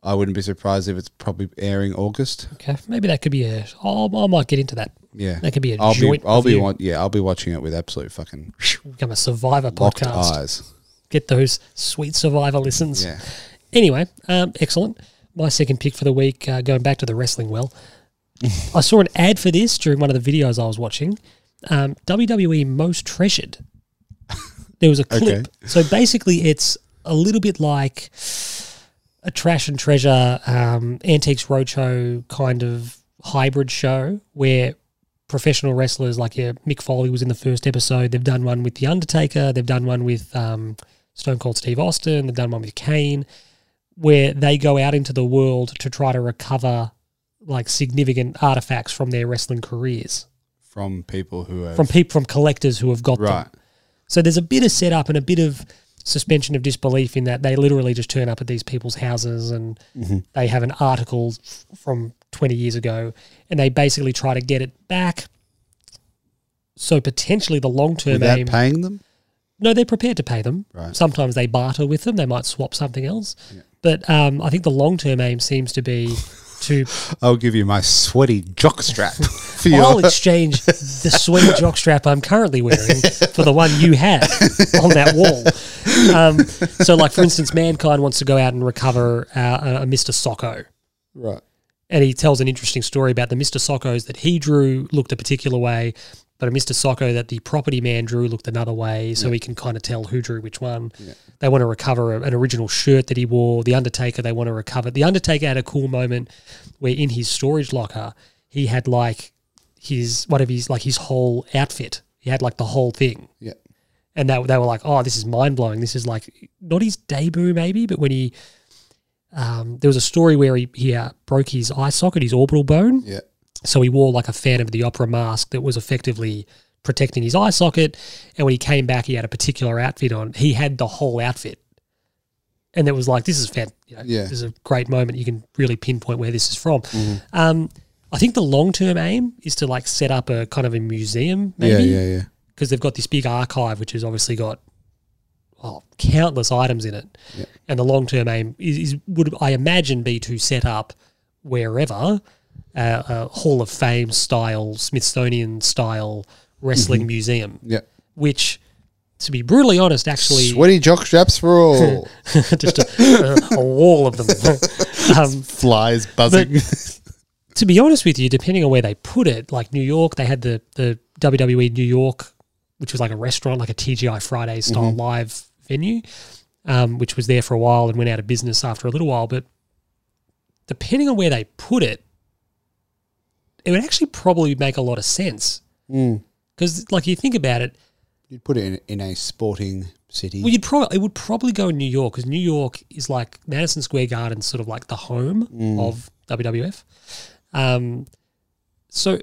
I wouldn't be surprised if it's probably airing August. Okay, maybe that could be a. I'll, I might get into that. Yeah, That could be a I'll joint. be I'll be review. wa- yeah I'll be watching it with absolute fucking Become a Survivor locked podcast. eyes. Get those sweet Survivor listens. Yeah, Anyway, um, excellent. My second pick for the week, uh, going back to the wrestling well, I saw an ad for this during one of the videos I was watching. Um, WWE Most Treasured. There was a clip. So basically, it's a little bit like a trash and treasure um, antiques roadshow kind of hybrid show where professional wrestlers like yeah, Mick Foley was in the first episode. They've done one with The Undertaker. They've done one with um, Stone Cold Steve Austin. They've done one with Kane where they go out into the world to try to recover like significant artifacts from their wrestling careers from people who have from people from collectors who have got right. them. So there's a bit of setup and a bit of suspension of disbelief in that they literally just turn up at these people's houses and they have an article f- from 20 years ago and they basically try to get it back. So potentially the long term Without aim. paying them, No, they're prepared to pay them. Right. Sometimes they barter with them. They might swap something else. But um, I think the long term aim seems to be to I'll give you my sweaty jock strap <laughs> for I'll your exchange the sweet jockstrap I'm currently wearing for the one you had on that wall. Um, so, like for instance, mankind wants to go out and recover uh, a Mister Socko, right. and he tells an interesting story about the Mister Sockos that he drew looked a particular way, but a Mister Socko that the property man drew looked another way. So he can kind of tell who drew which one. They want to recover a- an original shirt that he wore. The Undertaker they want to recover. The Undertaker had a cool moment where in his storage locker he had like his one of his like his whole outfit. He had like the whole thing, Yeah, and that they were like, "Oh, this is mind blowing. This is like not his debut, maybe, but when he." Um, there was a story where he, he uh, broke his eye socket, his orbital bone, yeah. so he wore like a fan of the opera mask that was effectively protecting his eye socket. And when he came back, he had a particular outfit on. He had the whole outfit. And it was like, this is fan- you know, Yeah. Mm-hmm. this is a great moment. You can really pinpoint where this is from. Um, I think the long term aim is to like set up a kind of a museum, maybe Yeah, yeah, yeah. because they've got this big archive which has obviously got oh, countless items in it. And the long term aim is, is would I imagine be to set up wherever uh, a Hall of Fame style, Smithsonian style wrestling museum, Yeah. which to be brutally honest, actually, Sweaty jock straps for all. <laughs> just a, a wall of them. um, Flies buzzing. to be honest with you, depending on where they put it, like New York, they had the the WWE New York, which was like a restaurant, like a TGI Friday style live venue, um, which was there for a while and went out of business after a little while. But depending on where they put it, it would actually probably make a lot of sense because, like, you think about it, <laughs> You'd put it in, in a sporting city. well, you'd probably it would probably go in New York because New York is like Madison Square Garden, sort of like the home Mm. of WWF. Um, so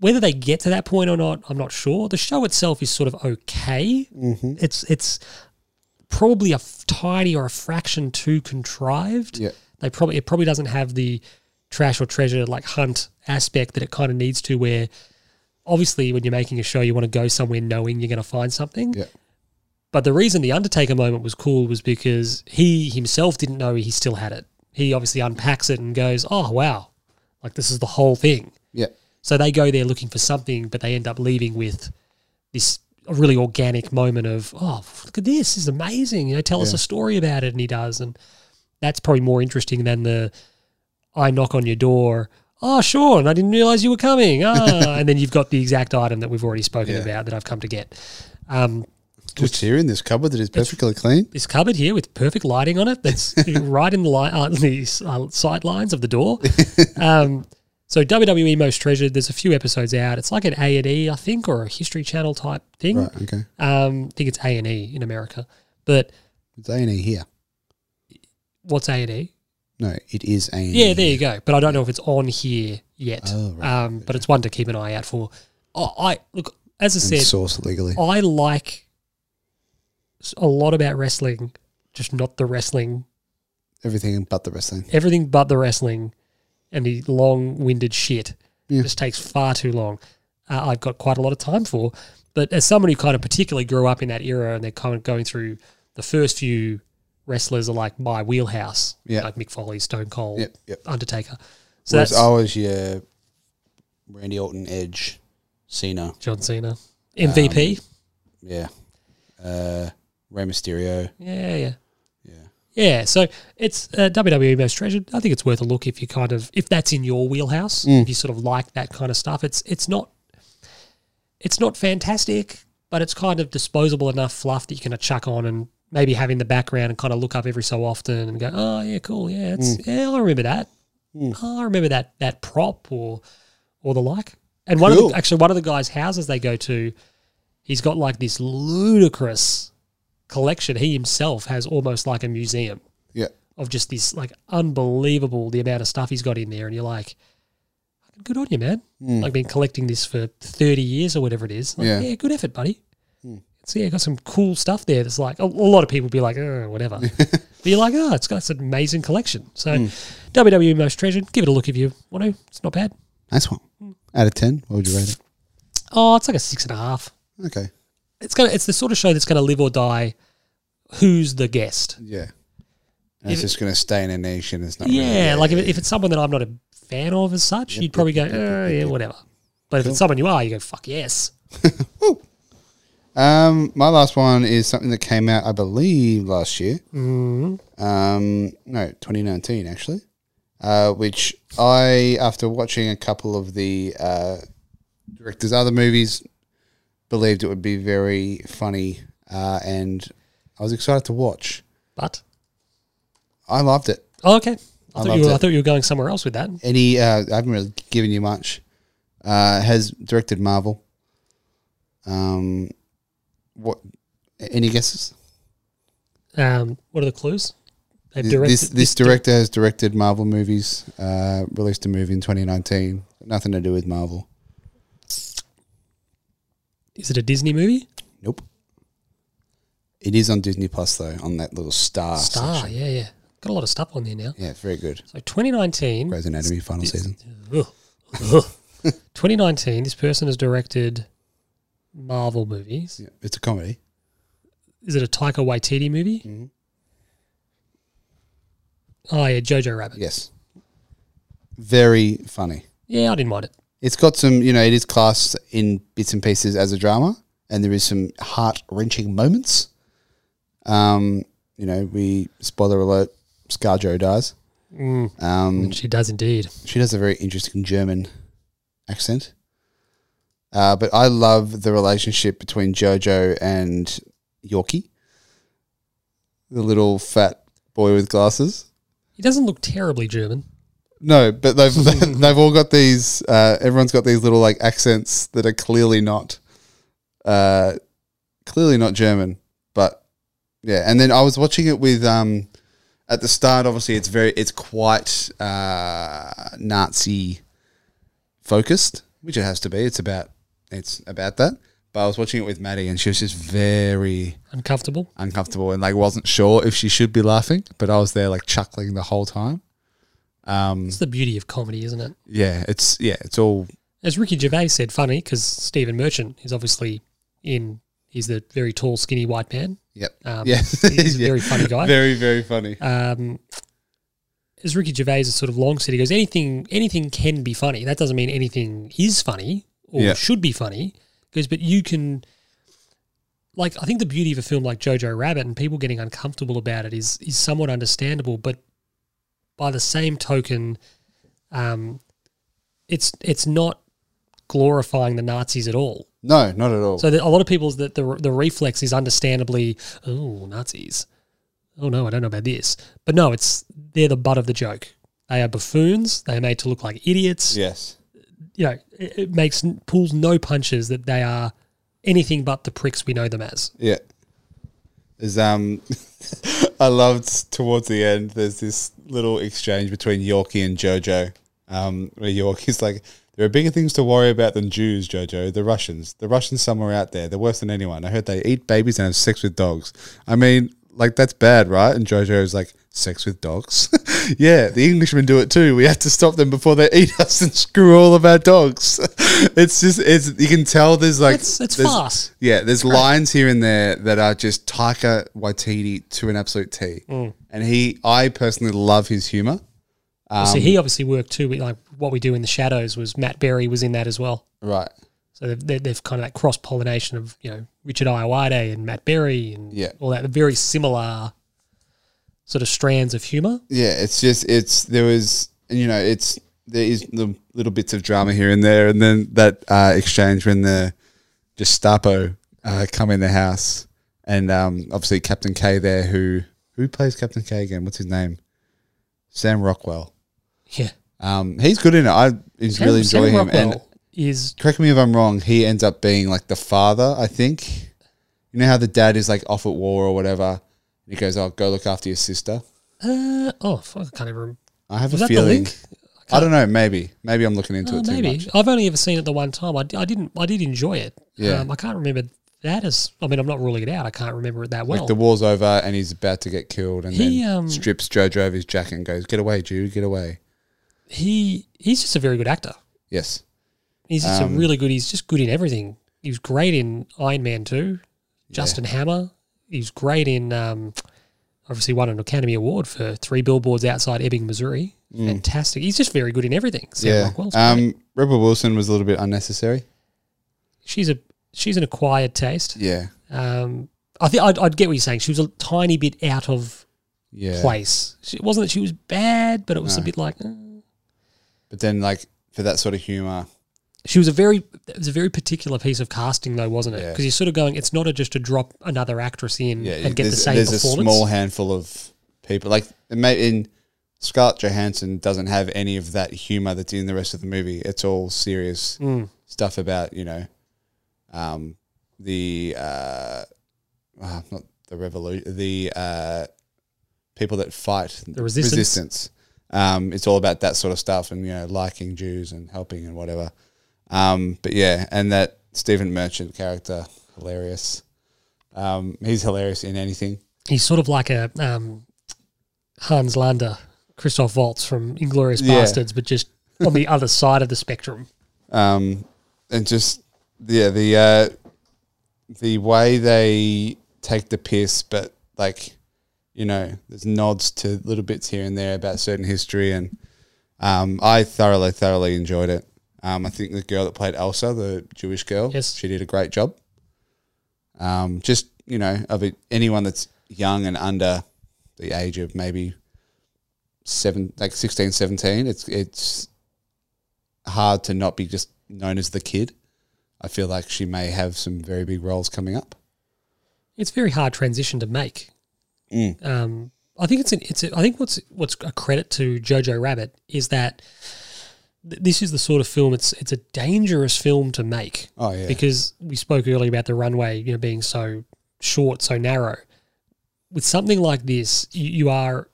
whether they get to that point or not, I'm not sure. The show itself is sort of okay. Mm-hmm. It's it's probably a f- tiny or a fraction too contrived. Yeah. They probably it probably doesn't have the trash or treasure like hunt aspect that it kind of needs to. Where obviously when you're making a show, you want to go somewhere knowing you're going to find something. Yeah. But the reason the Undertaker moment was cool was because he himself didn't know he still had it. He obviously unpacks it and goes, "Oh wow, like this is the whole thing." yeah. So they go there looking for something, but they end up leaving with this really organic moment of, oh, look at this, this is amazing. You know, tell us a story about it. And he does. And that's probably more interesting than the I knock on your door. Oh, Sean, I didn't realize you were coming. Ah, and then you've got the exact item that we've already spoken Yeah. about that I've come to get. Um, Just here in this cupboard that is perfectly clean. this cupboard here with perfect lighting on <laughs> it that's right in the li- uh, the uh, sight lines of <laughs> the door. um, so WWE Most Treasured, there's a few episodes out. It's like an A and E, I think, or a History Channel type thing. Right. Okay. Um, I think it's A and E in America, but It's A and E here. what's A and E? No, it is A and E. Yeah, there you go. But I don't know if it's on here yet. Oh, right. um, but it's one to keep an eye out for. Oh, I look as I And said, Oh. source legally. I like s- a lot about wrestling, just not the wrestling Everything but the wrestling. everything but the wrestling and the long-winded shit Yeah. just takes far too long. Uh, I've got quite a lot of time for, but as someone who kind of particularly grew up in that era and they're kind of going through the first few wrestlers are like my wheelhouse, Yeah. like Mick Foley, Stone Cold, Yep, yep. Undertaker. So Whereas that's I was your Randy Orton, Edge, Cena, John Um, Cena, MVP. yeah, uh, Rey Mysterio, yeah, yeah. yeah. Yeah, so it's uh, WWE Most Treasured. I think it's worth a look if you kind of if that's in your wheelhouse. Mm. If you sort of like that kind of stuff, it's it's not it's not fantastic, but it's kind of disposable enough fluff that you can uh, chuck on and maybe have in the background and kind of look up every so often and go, oh yeah, cool, yeah, it's, yeah, I remember that. Oh, I remember that that prop or or the like. And one of Cool. the, actually one of the guys' houses they go to, he's got like this ludicrous collection. He himself has almost like a museum Yeah. of just this like unbelievable the amount of stuff he's got in there, and you're like, good on you, man. Like been collecting this for thirty years or whatever it is. Like, Yeah. yeah, good effort, buddy. So yeah, got some cool stuff there. That's like a, a lot of people be like, oh, whatever. but you're like, oh, it's got it's an amazing collection. So WWE Most Treasured, give it a look if you want to. It's not bad. Nice one. Hmm. Out of 10, what would you rate it? Oh, it's like a six and a half. Okay. It's gonna it's the sort of show that's gonna live or die. Who's the guest? Yeah. And it's If- just going to stay in a niche, and it's not. really- Yeah, like if, it- if it's someone that I'm not a fan of as such, you'd probably go, "Eh, yeah, whatever. But if it's someone you are, you go, fuck yes. Um, my last one is something that came out, I believe, last year. Um, no, 2019 actually. Uh, which I, after watching a couple of the uh, director's other movies, believed it would be very funny, uh, and I was excited to watch. But I loved it. oh, okay, I, I thought loved you were, I it. thought you were going somewhere else with that. Any, uh, I haven't really given you much. Uh, has directed Marvel. Um, what? Any guesses? Um, what are the clues? They've Th- directed this this director has directed Marvel movies. Uh, released a movie in 2019. Nothing to do with Marvel. Is it a Disney movie? Nope. It is on Disney Plus though. On that little star. Star, section. yeah, yeah. Got a lot of stuff on there now. Yeah, it's very good. So 2019, Grey's Anatomy final season. Ugh. Ugh. 2019. This person has directed Marvel movies. Yeah, it's a comedy. Is it a Taika Waititi movie? Oh yeah, Jojo Rabbit. Yes. Very funny. Yeah, I didn't mind it. It's got some. You know, it is classed in bits and pieces as a drama, and there is some heart wrenching moments. Um, you know, we spoiler alert. ScarJo dies. Um, She does indeed. She does a very interesting German accent. Uh, but I love the relationship between Jojo and Yorkie, the little fat boy with glasses. He doesn't look terribly German. No, but they've <laughs> they've all got these. Uh, everyone's got these little like accents that are clearly not, uh, clearly not German. But yeah, and then I was watching it with um, at the start. Obviously, it's very it's quite uh, Nazi focused, which it has to be. It's about it's about that. But I was watching it with Maddie, and she was just very Uncomfortable. uncomfortable and like wasn't sure if she should be laughing. But I was there like chuckling the whole time. Um, It's the beauty of comedy, isn't it? yeah, it's yeah, it's all As Ricky Gervais said, funny because Stephen Merchant is obviously in. He's the very tall, skinny white man. yep. <laughs> Um, yeah, he's a very funny guy. Very very funny. Um, as Ricky Gervais has sort of long said, he goes, anything, anything can be funny. That doesn't mean anything is funny or Yeah. should be funny. He goes, but you can, like, I think the beauty of a film like Jojo Rabbit and people getting uncomfortable about it is is somewhat understandable. But by the same token, um, it's it's not glorifying the Nazis at all. no, not at all. So the, a lot of people's that the the reflex is understandably, oh Nazis, oh no, I don't know about this, but no, it's they're the butt of the joke. They are buffoons. They are made to look like idiots. yes. You know, it, it makes pulls no punches that they are anything but the pricks we know them as. Yeah. There's um <laughs> I loved towards the end there's this little exchange between Yorkie and Jojo. Um where Yorkie's like there are bigger things to worry about than Jews, Jojo. The Russians. The Russians somewhere out there. They're worse than anyone. I heard they eat babies and have sex with dogs. I mean, like that's bad, right? And Jojo is like, sex with dogs? <laughs> yeah, the Englishmen do it too. We have to stop them before they eat us and screw all of our dogs. <laughs> it's just it's you can tell there's like It's- it's there's- fast. Yeah, there's lines here and there that are just Taika Waititi to an absolute T. Mm. And he, I personally love his humor. See, um, he obviously worked too. With, like what we do in the shadows was Matt Berry was in that as well. Right. So they've, they- they've kind of that cross pollination of you know Richard Iowade and Matt Berry and Yeah. all that very similar sort of strands of humor. Yeah, it's just it's there was and, you know it's there is the little bits of drama here and there, and then that uh, exchange when the Gestapo uh, come in the house, and um, obviously Captain K there who who plays Captain K again? What's his name? Sam Rockwell. Yeah, Um, he's good in it. I just Sam- really Sam enjoy him. Rockwell And is correct me if I'm wrong. He ends up being like the father. I think you know how the dad is like off at war or whatever. He goes, "Oh, go look after your sister." uh, oh fuck, I can't even. remember. I have Was a that the feeling. link? I don't know. Maybe. Maybe I'm looking into Oh, it too maybe much. I've only ever seen it the one time. I, d- I didn't. I did enjoy it. Yeah. um, I can't remember that as. I mean, I'm not ruling it out. I can't remember it that well. Like the war's over and he's about to get killed, and He, then um, strips Jojo of his jacket and goes, "Get away, Jude! Get away!" he he's just a very good actor. Yes. He's just Um, a really good. He's just good in everything. He was great in Iron Man Two, Justin Hammer. He was great in. Um, obviously, won an Academy Award for Three Billboards Outside Ebbing, Missouri. Fantastic. He's just very good in everything. Sam Rockwell's Mm. yeah. great. Um, Rebel Wilson was a little bit unnecessary. she's a she's an acquired taste. Yeah. Um, I think I'd, I'd get what you're saying. She was a tiny bit out of Yeah. place. She, it wasn't that she was bad, but it was a bit like eh. But then, like for that sort of humor, she was a very it was a very particular piece of casting though, wasn't it? Yeah. Because you're sort of going, it's not a, just to drop another actress in yeah, Mm. and get the there's, same there's a performance. small handful of people. Like it may in Scarlett Johansson doesn't have any of that humor that's in the rest of the movie. It's all serious Mm. stuff about you know, um, the uh, ah, not the revolution, the uh, people that fight the resistance. resistance. Um, it's all about that sort of stuff, and you know, liking Jews and helping and whatever. Um, but yeah, and that Stephen Merchant character, hilarious. Um, he's hilarious in anything. He's sort of like a um, Hans Lander, Christoph Waltz from Inglorious Yeah. Bastards, but just on the other side of the spectrum. um, and just yeah the uh, the way they take the piss, but like you know, there's nods to little bits here and there about certain history, and um, I thoroughly thoroughly enjoyed it. Um, I think the girl that played Elsa, the Jewish girl, Yes. she did a great job. Um, just you know, of it, anyone that's young and under the age of maybe seven, like 16, 17, it's it's hard to not be just known as the kid. I feel like she may have some very big roles coming up. It's a very hard transition to make. Mm. Um, I think it's an, it's a, I think what's what's a credit to Jojo Rabbit is that th- this is the sort of film it's it's a dangerous film to make. Oh yeah, because we spoke earlier about the runway, you know, being so short, so narrow. With something like this, you, you are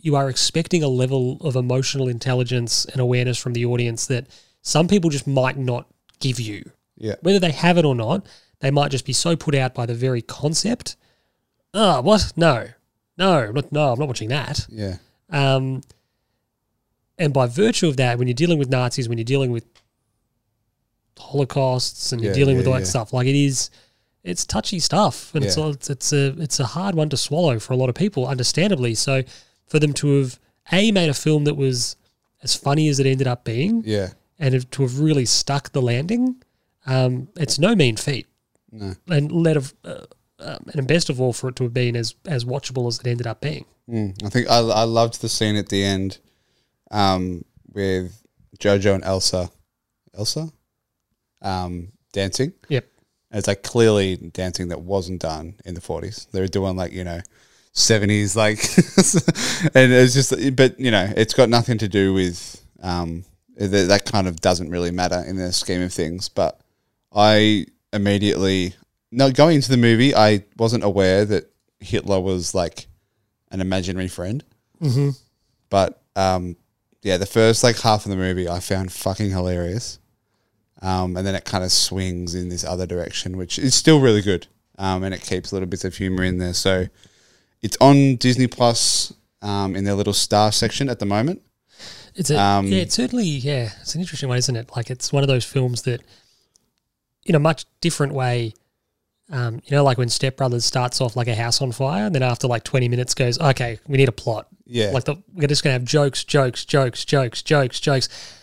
you are expecting a level of emotional intelligence and awareness from the audience that some people just might not give you, yeah, whether they have it or not. They might just be so put out by the very concept. Ah, what? No, no, I'm not, no, I'm not watching that. yeah, Um, and by virtue of that, when you're dealing with Nazis, when you're dealing with holocausts, and you're Yeah, dealing with yeah, all that yeah. stuff, like it is, it's touchy stuff, and it's Yeah. all it's, it's a it's a hard one to swallow for a lot of people, understandably. So, for them to have a made a film that was as funny as it ended up being, yeah, and have- to have really stuck the landing, um, it's no mean feat. No. And let of, uh, um, and best of all, for it to have been as as watchable as it ended up being. Mm. I think I, I loved the scene at the end um, with Jojo and Elsa, Elsa, um, dancing. Yep. And it's like clearly dancing that wasn't done in the 40s. They were doing like, you know, 70s, like, <laughs> and it's just, but, you know, it's got nothing to do with, um, th- that kind of doesn't really matter in the scheme of things. But I immediately, no, going into the movie, I wasn't aware that Hitler was like an imaginary friend. But, um, yeah, the first like half of the movie I found fucking hilarious um, and then it kind of swings in this other direction, which is still really good, um, and it keeps little bits of humor in there. So it's on Disney Plus um, in their little star section at the moment. It's a Um, yeah, it's certainly yeah, it's an interesting one, isn't it? Like it's one of those films that, in a much different way, um, you know, like when Step Brothers starts off like a house on fire, and then after like twenty minutes goes, okay, we need a plot. Yeah. like the, we're just gonna have jokes, jokes, jokes, jokes, jokes, jokes.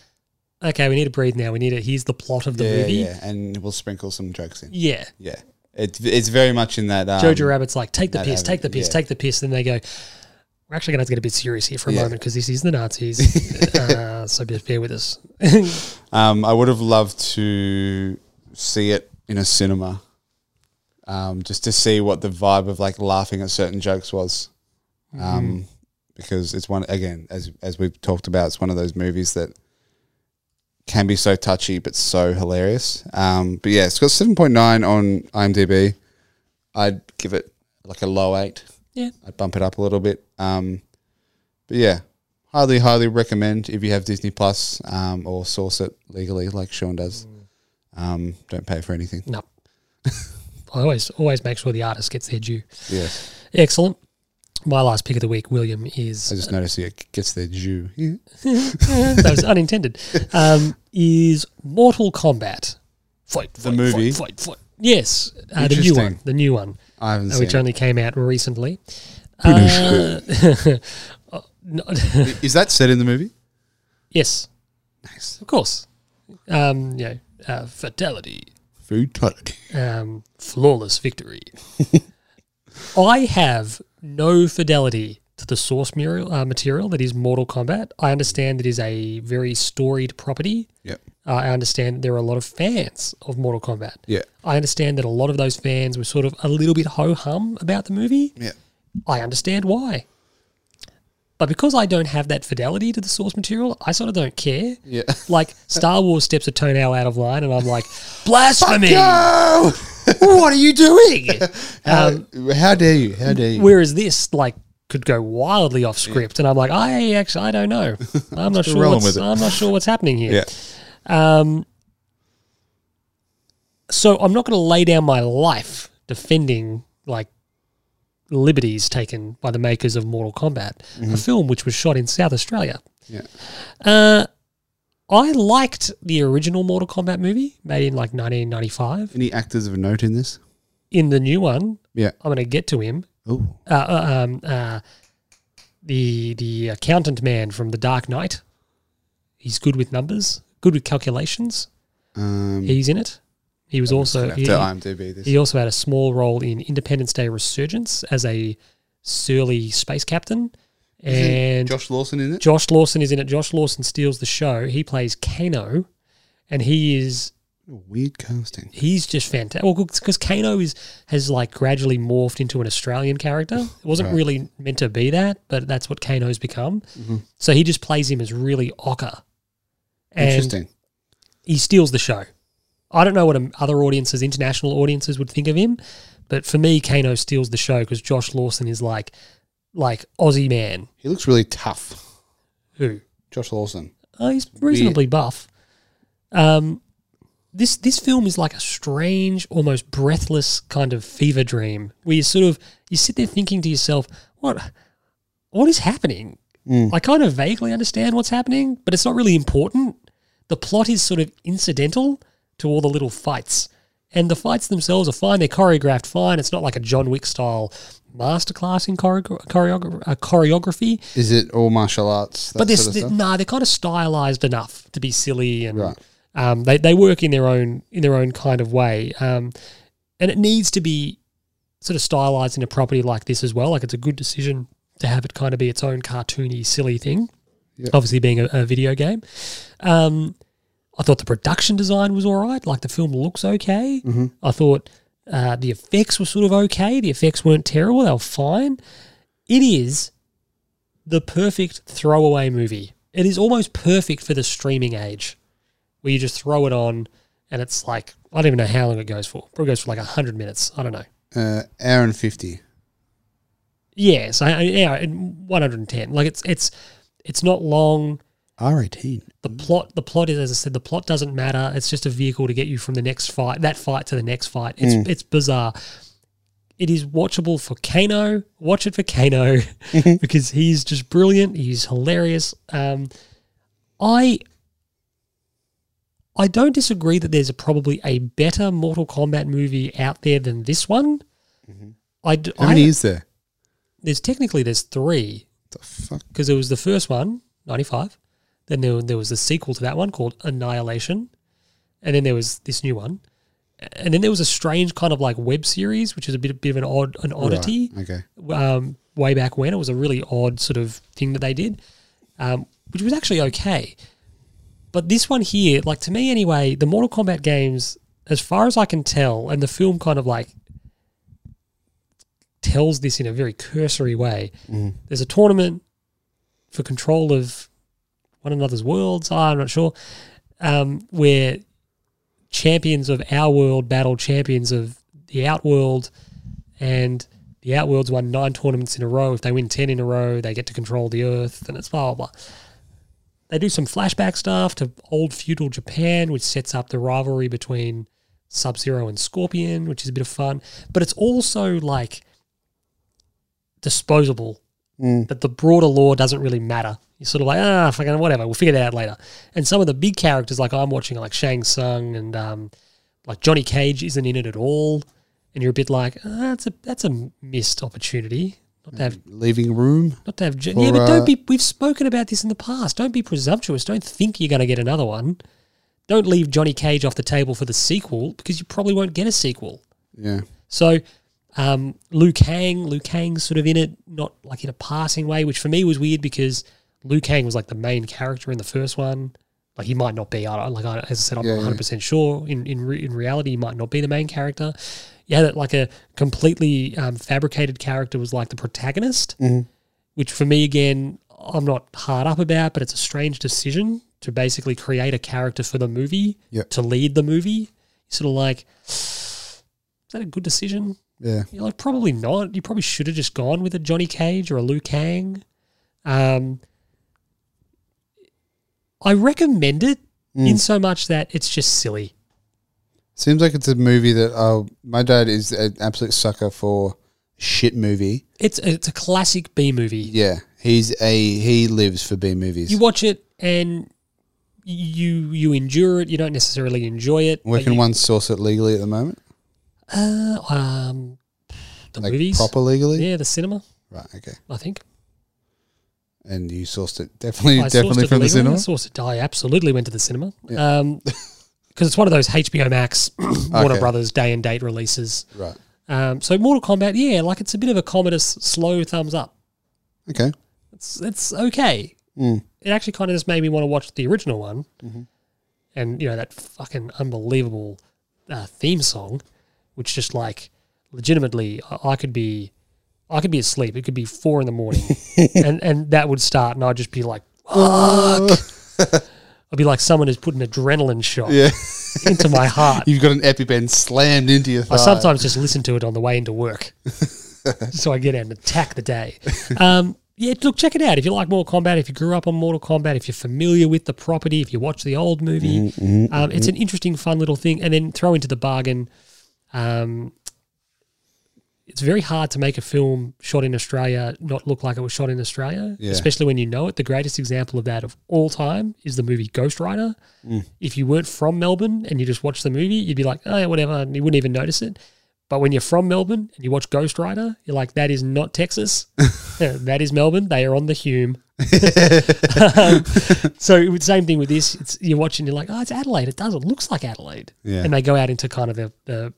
Okay, we need to breathe now. We need to. Here's the plot of the yeah, movie. Yeah, yeah, and we'll sprinkle some jokes in. Yeah, it's it's very much in that. Um, Jojo Rabbit's like, take the that piss, take the avenue, piss, yeah. take the piss. Then they go, we're actually going to have to get a bit serious here for a Yeah. moment because this is <laughs> the Nazis. uh, so just bear with us. Um, I would have loved to see it in a cinema, um, just to see what the vibe of like laughing at certain jokes was, um, because it's one again as as we've talked about, it's one of those movies that can be so touchy but so hilarious. Um, but yeah, it's got seven point nine on IMDb. I'd give it like a low eight. Yeah. I'd bump it up a little bit. Um, but yeah, highly, highly recommend if you have Disney Plus um, or source it legally like Sean does. Um, don't pay for anything. No. I always always make sure the artist gets their due. Yes. Excellent. My last pick of the week, <laughs> William, I is just noticed it gets their due. Yeah. that was unintended. Um, is Mortal Kombat. Fight, fight, movie? Fight, fight, fight. Yes, uh, the new one. Interesting. The new one, I haven't uh, seen which it. only came out recently. Uh, uh, no- <laughs> Is that said in the movie? <laughs> yes, Nice. of course. Um, you know, uh, fatality. Fatality. um, flawless victory. <laughs> I have no fidelity to the source material, uh, material that is Mortal Kombat. I understand it is a very storied property. Yep. Uh, I understand there are a lot of fans of Mortal Kombat. Yeah. I understand that a lot of those fans were sort of a little bit ho hum about the movie. Yeah. I understand why. But because I don't have that fidelity to the source material, I sort of don't care. Yeah. <laughs> Like Star Wars steps a toenail out of line, and I'm like, blasphemy! No! What are you doing? Um, How dare you? How dare you? <laughs> Whereas this, like, could go wildly off script, and I'm like, I actually, I don't <laughs> know. I'm not sure. rolling What's, with it. I'm not sure what's happening here. Yeah. Um, so I'm not going to lay down my life defending like liberties taken by the makers of Mortal Kombat, a film which was shot in South Australia. Yeah. Uh, I liked the original Mortal Kombat movie made in like 1995. Any actors of note in this? In the new one, Yeah. I'm going to get to him. Oh. Uh, uh, um, uh, the the accountant man from The Dark Knight. He's good with numbers, good with calculations. Um, He's in it. He was also have he, to IMDb this. he also had a small role in Independence Day Resurgence as a surly space captain. And Josh-, Josh Lawson in it? Lawson is in it. Josh Lawson steals the show. He plays Kano, and he is Weird casting. he's just fantastic. Well, because Kano is has like gradually morphed into an Australian character. It wasn't really meant to be that, but that's what Kano's become. So he just plays him as really ochre. And Interesting. he steals the show. I don't know what um, other audiences, international audiences, would think of him, but for me, Kano steals the show because Josh Lawson is like, like Aussie man He looks really tough. who Josh Lawson. uh, he's reasonably buff. Um, this this film is like a strange, almost breathless kind of fever dream where you sort of you sit there thinking to yourself, what what is happening? I kind of vaguely understand what's happening, but it's not really important. The plot is sort of incidental to all the little fights. And the fights themselves are fine. They're choreographed fine. It's not like a John Wick style masterclass in choreo- choreogra- uh, choreography Is it all martial arts? That but this sort of th- stuff? nah, they're kind of stylized enough to be silly and um, they, they work in their own in their own kind of way um, and it needs to be sort of stylized in a property like this as well like it's a good decision to have it kind of be its own cartoony silly thing obviously being a, a video game um, I thought the production design was all right like the film looks okay I thought uh, the effects were sort of okay the effects weren't terrible they were fine it is the perfect throwaway movie. It is almost perfect for the streaming age, where you just throw it on, and it's like I don't even know how long it goes for. Probably goes for like hundred minutes. I don't know. uh, hour and 50. Yeah, so I- yeah, one hundred and ten. Like it's it's it's not long. R18. The plot the plot is as I said, the plot doesn't matter. It's just a vehicle to get you from the next fight that fight to the next fight. It's Mm. it's bizarre. It is watchable for Kano. <laughs> <laughs> Watch it for Kano because he's just brilliant. He's hilarious. Um, I I don't disagree that there's a, probably a better Mortal Kombat movie out there than this one. I d I Mm-hmm. How many is there? there's technically there's three The fuck? because there was the first one, 95. Then there, there was the sequel to that one called Annihilation. And then there was this new one. And then there was a strange kind of like web series, which is a bit, bit of an odd an oddity. Right, okay. Um, way back when it was a really odd sort of thing that they did, um, which was actually okay. But this one here, like to me anyway, the Mortal Kombat games, as far as I can tell, and the film kind of like tells this in a very cursory way. There's a tournament for control of one another's worlds. ah, I'm not sure. Um, where champions of our world battle champions of the outworld, and the outworld's won nine tournaments in a row. If they win ten in a row, they get to control the earth, and it's blah blah blah. They do some flashback stuff to old feudal Japan, which sets up the rivalry between Sub Zero and Scorpion, which is a bit of fun. But it's also like disposable that the broader law doesn't really matter. You're sort of like, ah, fucking whatever, we'll figure that out later. And some of the big characters, like I'm watching, like Shang Tsung and um, like Johnny Cage isn't in it at all. And you're a bit like, ah, that's a that's a missed opportunity. Not to have, Leaving room. not to have. J- Or, yeah, but don't uh, be. We've spoken about this in the past. Don't be presumptuous. Don't think you're going to get another one. Don't leave Johnny Cage off the table for the sequel because you probably won't get a sequel. Yeah. So um, Liu Kang, Liu Kang's sort of in it, not like in a passing way, which for me was weird because Liu Kang was like the main character in the first one. Like he might not be. I don't, like I, as I said, I'm Yeah, not yeah. 100 percent sure. In in re, in reality, he might not be the main character. Yeah, that like a completely um, fabricated character was like the protagonist, Mm-hmm. which for me again, I'm not hard up about, but it's a strange decision to basically create a character for the movie Yep. to lead the movie. Sort of like, is that a good decision? Yeah. You're like, probably not. You probably should have just gone with a Johnny Cage or a Liu Kang. Um, I recommend it Mm. in so much that it's just silly. Seems like it's a movie that uh, my dad is an absolute sucker for shit movie. It's it's a classic B movie. Yeah. He's a he lives for B movies. You watch it and you you endure it. You don't necessarily enjoy it. but Where can you- one source it legally at the moment? Uh, um, the Like movies. proper legally? Yeah, the cinema. Right, okay. I think. And you sourced it definitely I sourced definitely it from the legally. cinema? I sourced it. I absolutely went to the cinema. Um <laughs> 'cause because it's one of those HBO Max, <clears throat> Warner Okay. Brothers day and date releases. Right. Um, so Mortal Kombat, yeah, like it's a bit of a Commodus slow thumbs up. Okay. It's it's okay. It actually kind of just made me want to watch the original one, and you know that fucking unbelievable uh, theme song, which just like legitimately, I, I could be, I could be asleep. It could be four in the morning, and and that would start, and I'd just be like, fuck. I'd be like someone who's put an adrenaline shot Yeah. into my heart. You've got an EpiPen slammed into your I thigh. sometimes just listen to it on the way into work, so I get out and attack the day. Um, yeah, look, check it out. If you like Mortal Kombat, if you grew up on Mortal Kombat, if you're familiar with the property, if you watch the old movie, um, it's an interesting, fun little thing. And then throw into the bargain. Um, it's very hard to make a film shot in Australia not look like it was shot in Australia, Yeah. especially when you know it. The greatest example of that of all time is the movie Ghost Rider Mm. if you weren't from Melbourne and you just watched the movie, you'd be like, oh, yeah, whatever, and you wouldn't even notice it. But when you're from Melbourne and you watch Ghost Rider, you're like, that is <laughs> not Texas. <laughs> that is Melbourne. They are on the Hume. <laughs> um, so it would- same thing with this. It's, you're watching, you're like, oh, it's Adelaide. It does. It looks like Adelaide. Yeah. And they go out into kind of the, the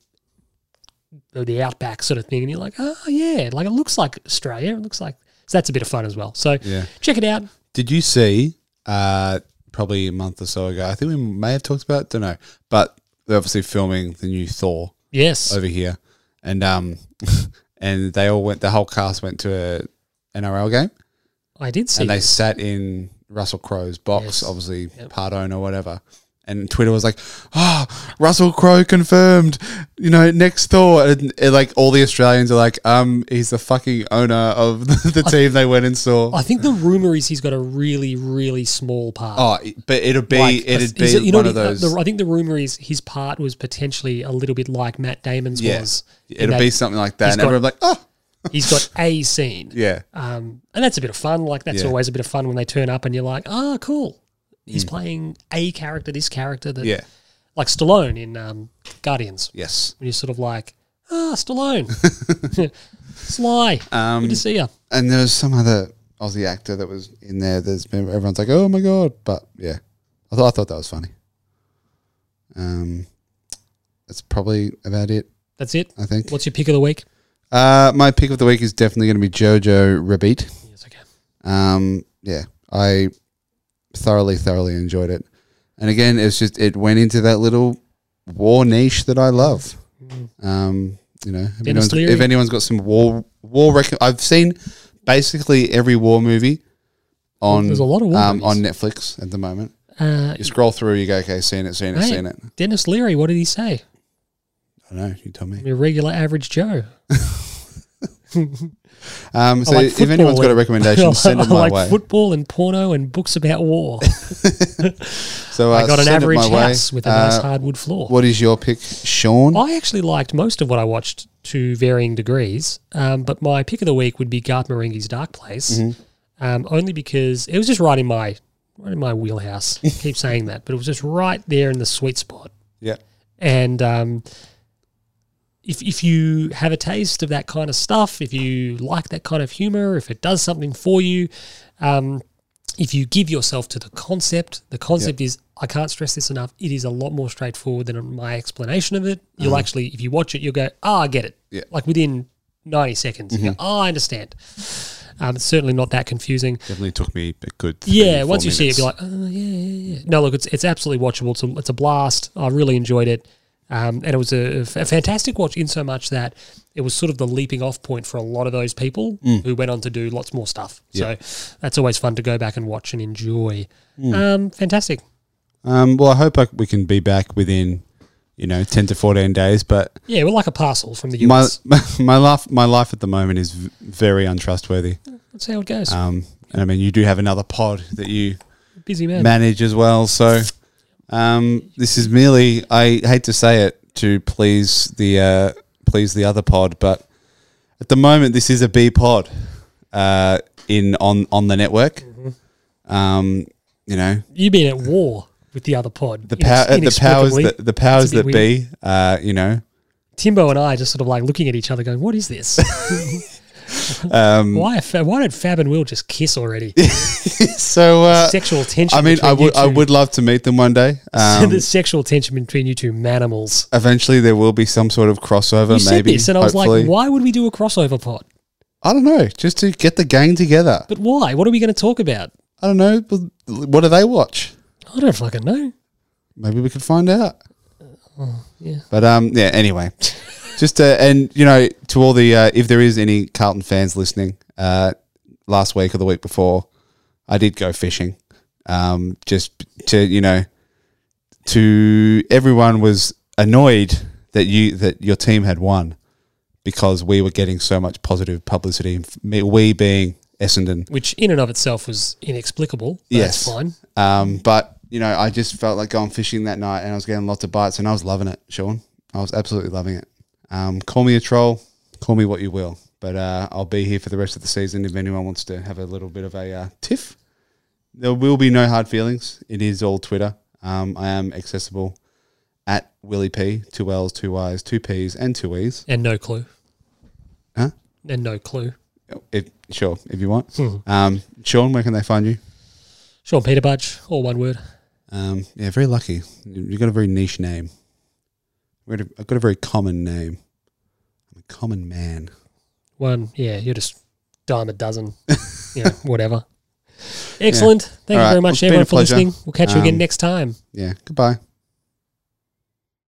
the- the outback sort of thing, and you're like, oh yeah, like it looks like Australia. It looks like so that's a bit of fun as well. So Yeah. check it out. Did you see, uh, probably a month or so ago, I think we may have talked about it, don't know, but they're obviously filming the new Thor. Yes. over here, and um, <laughs> and they all went. The whole cast went to a NRL game, I did see and they this. sat in Russell Crowe's box, Yes. obviously part owner, whatever. And Twitter was like, "Ah, Russell Crowe confirmed." You know, next door, and, and, like all the Australians are like, "Um, he's the fucking owner of <laughs> the, the team they went and saw." I think the rumor is he's got a really, really small part. oh, it- but it'll be Like, it'd be is it- you know one what of he- uh, those. the- I think the rumor is his part was potentially a little bit like Matt Damon's yeah, was. in it'll that be something like that, he's and got- everyone's like, "Oh, <laughs> he's got a scene, yeah." um, and that's a bit of fun. Like that's Yeah. Hmm. always a bit of fun when they turn up and you're like, ah, cool. he's playing a character, this character that, Yeah. like Stallone in um, Guardians. Yes. When you're sort of like, ah, <laughs> Stallone, Sly, Um, good to see you. and there was some other Aussie actor that was in there. There's been everyone's like, oh my god, but yeah, I thought I thought that was funny. Um, that's probably about it. That's it. I think. What's your pick of the week? Uh, my pick of the week is definitely going to be Jojo Rabbit. Yes, okay. Um, yeah, I thoroughly, thoroughly enjoyed it. And again, it's just it went into that little war niche that I love. Um, you know, if Dennis anyone's, Leary. if anyone's got some war war, rec- I've seen basically every war movie on There's a lot of war um, on movies. Netflix at the moment. Uh, You scroll through, you go, okay, seen it, seen it, mate, seen it. Dennis Leary, what did he say? I don't know. You tell me. I'm your regular average Joe. Um, so I like if anyone's got football a and- <laughs> recommendation, send I it my like way. football and porno and books about <laughs> war. So uh, I got an send it average my way. house with a Uh, nice Oh. hardwood floor. What is your pick, Sean? I actually liked most of what I watched to varying degrees, um, but my pick of the week would be Garth Marenghi's Dark Place, um, only because it was just right in my right in my wheelhouse. I keep saying that, but it was just right there in the sweet spot. Yeah. And um, if if you have a taste of that kind of stuff, if you like that kind of humor, if it does something for you, um, if you give yourself to the concept, the concept is I can't stress this enough. It is a lot more straightforward than my explanation of it. You'll actually, if you watch it, you'll go, "Ah, I get it." Yeah. Like within ninety seconds, you go, "Ah, I understand." Um, it's certainly not that confusing. Definitely took me a good. Yeah, once you see it, be like, oh yeah, yeah, yeah. No, look, it's it's absolutely watchable. It's a, it's a blast. I really enjoyed it, um, and it was a, a fantastic watch in so much that it was sort of the leaping off point for a lot of those people Mm. who went on to do lots more stuff. So that's always fun to go back and watch and enjoy. Mm. Um, fantastic. um, well, I hope I, we can be back within, you know, ten to fourteen days. But Yeah, we're like a parcel from the my <laughs> US. my life my life at the moment is v- very untrustworthy. Let's see how it goes. Um, and I mean, you do have another pod that you Busy man. manage as well. So, um, this is merely I hate to say it to please the uh, please the other pod, but at the moment this is a B pod uh, in on on the network. Mm-hmm. Um, you know, You've been at war with the other pod. the power, the powers inexplicably. that the powers It's a that bit be. Uh, you know, Timbo and I just sort of like looking at each other, going, "What is <laughs> this? why? are Fa- why did Fab and Will just kiss already? so uh, sexual tension. I mean, I would I would love to meet them one day. Um, <laughs> There's sexual tension between you two manimals. eventually, there will be some sort of crossover. You said maybe, this, and I was hopefully. like, "Why would we do a crossover pod? I don't know, just to get the gang together. But why? What are we going to talk about? I don't know. What do they watch? I don't fucking know." Maybe we could find out. yeah. But um, yeah. Anyway, just uh, and you know, to all the uh, if there is any Carlton fans listening, uh, last week or the week before, I did go fishing. Um, just to you know, to everyone was annoyed that you that your team had won because we were getting so much positive publicity. and f- me- We being Essendon, Which, in and of itself, was inexplicable. But Yes. that's fine. Um, but you know, I just felt like going fishing that night, and I was getting lots of bites, and I was loving it, Sean. I was absolutely loving it. Um, call me a troll, call me what you will, but uh, I'll be here for the rest of the season. If anyone wants to have a little bit of a uh, tiff, there will be no hard feelings. It is all Twitter. Um, I am accessible at Willie P, two L's, two Y's, two P's, and two E's. And no clue. Huh? And no clue. If sure, if you want. Um, Sean, where can they find you? Sean Peter Budge, all one word. Um, yeah, very lucky. You- You've got a very niche name. We've got a- I've got a very common name. I'm a common man. One, yeah, you're just dime <laughs> a dozen, you know, whatever. Excellent. Thank you All right. very It's much, been everyone, a for pleasure. listening. We'll catch you again Um, next time. Yeah. Goodbye.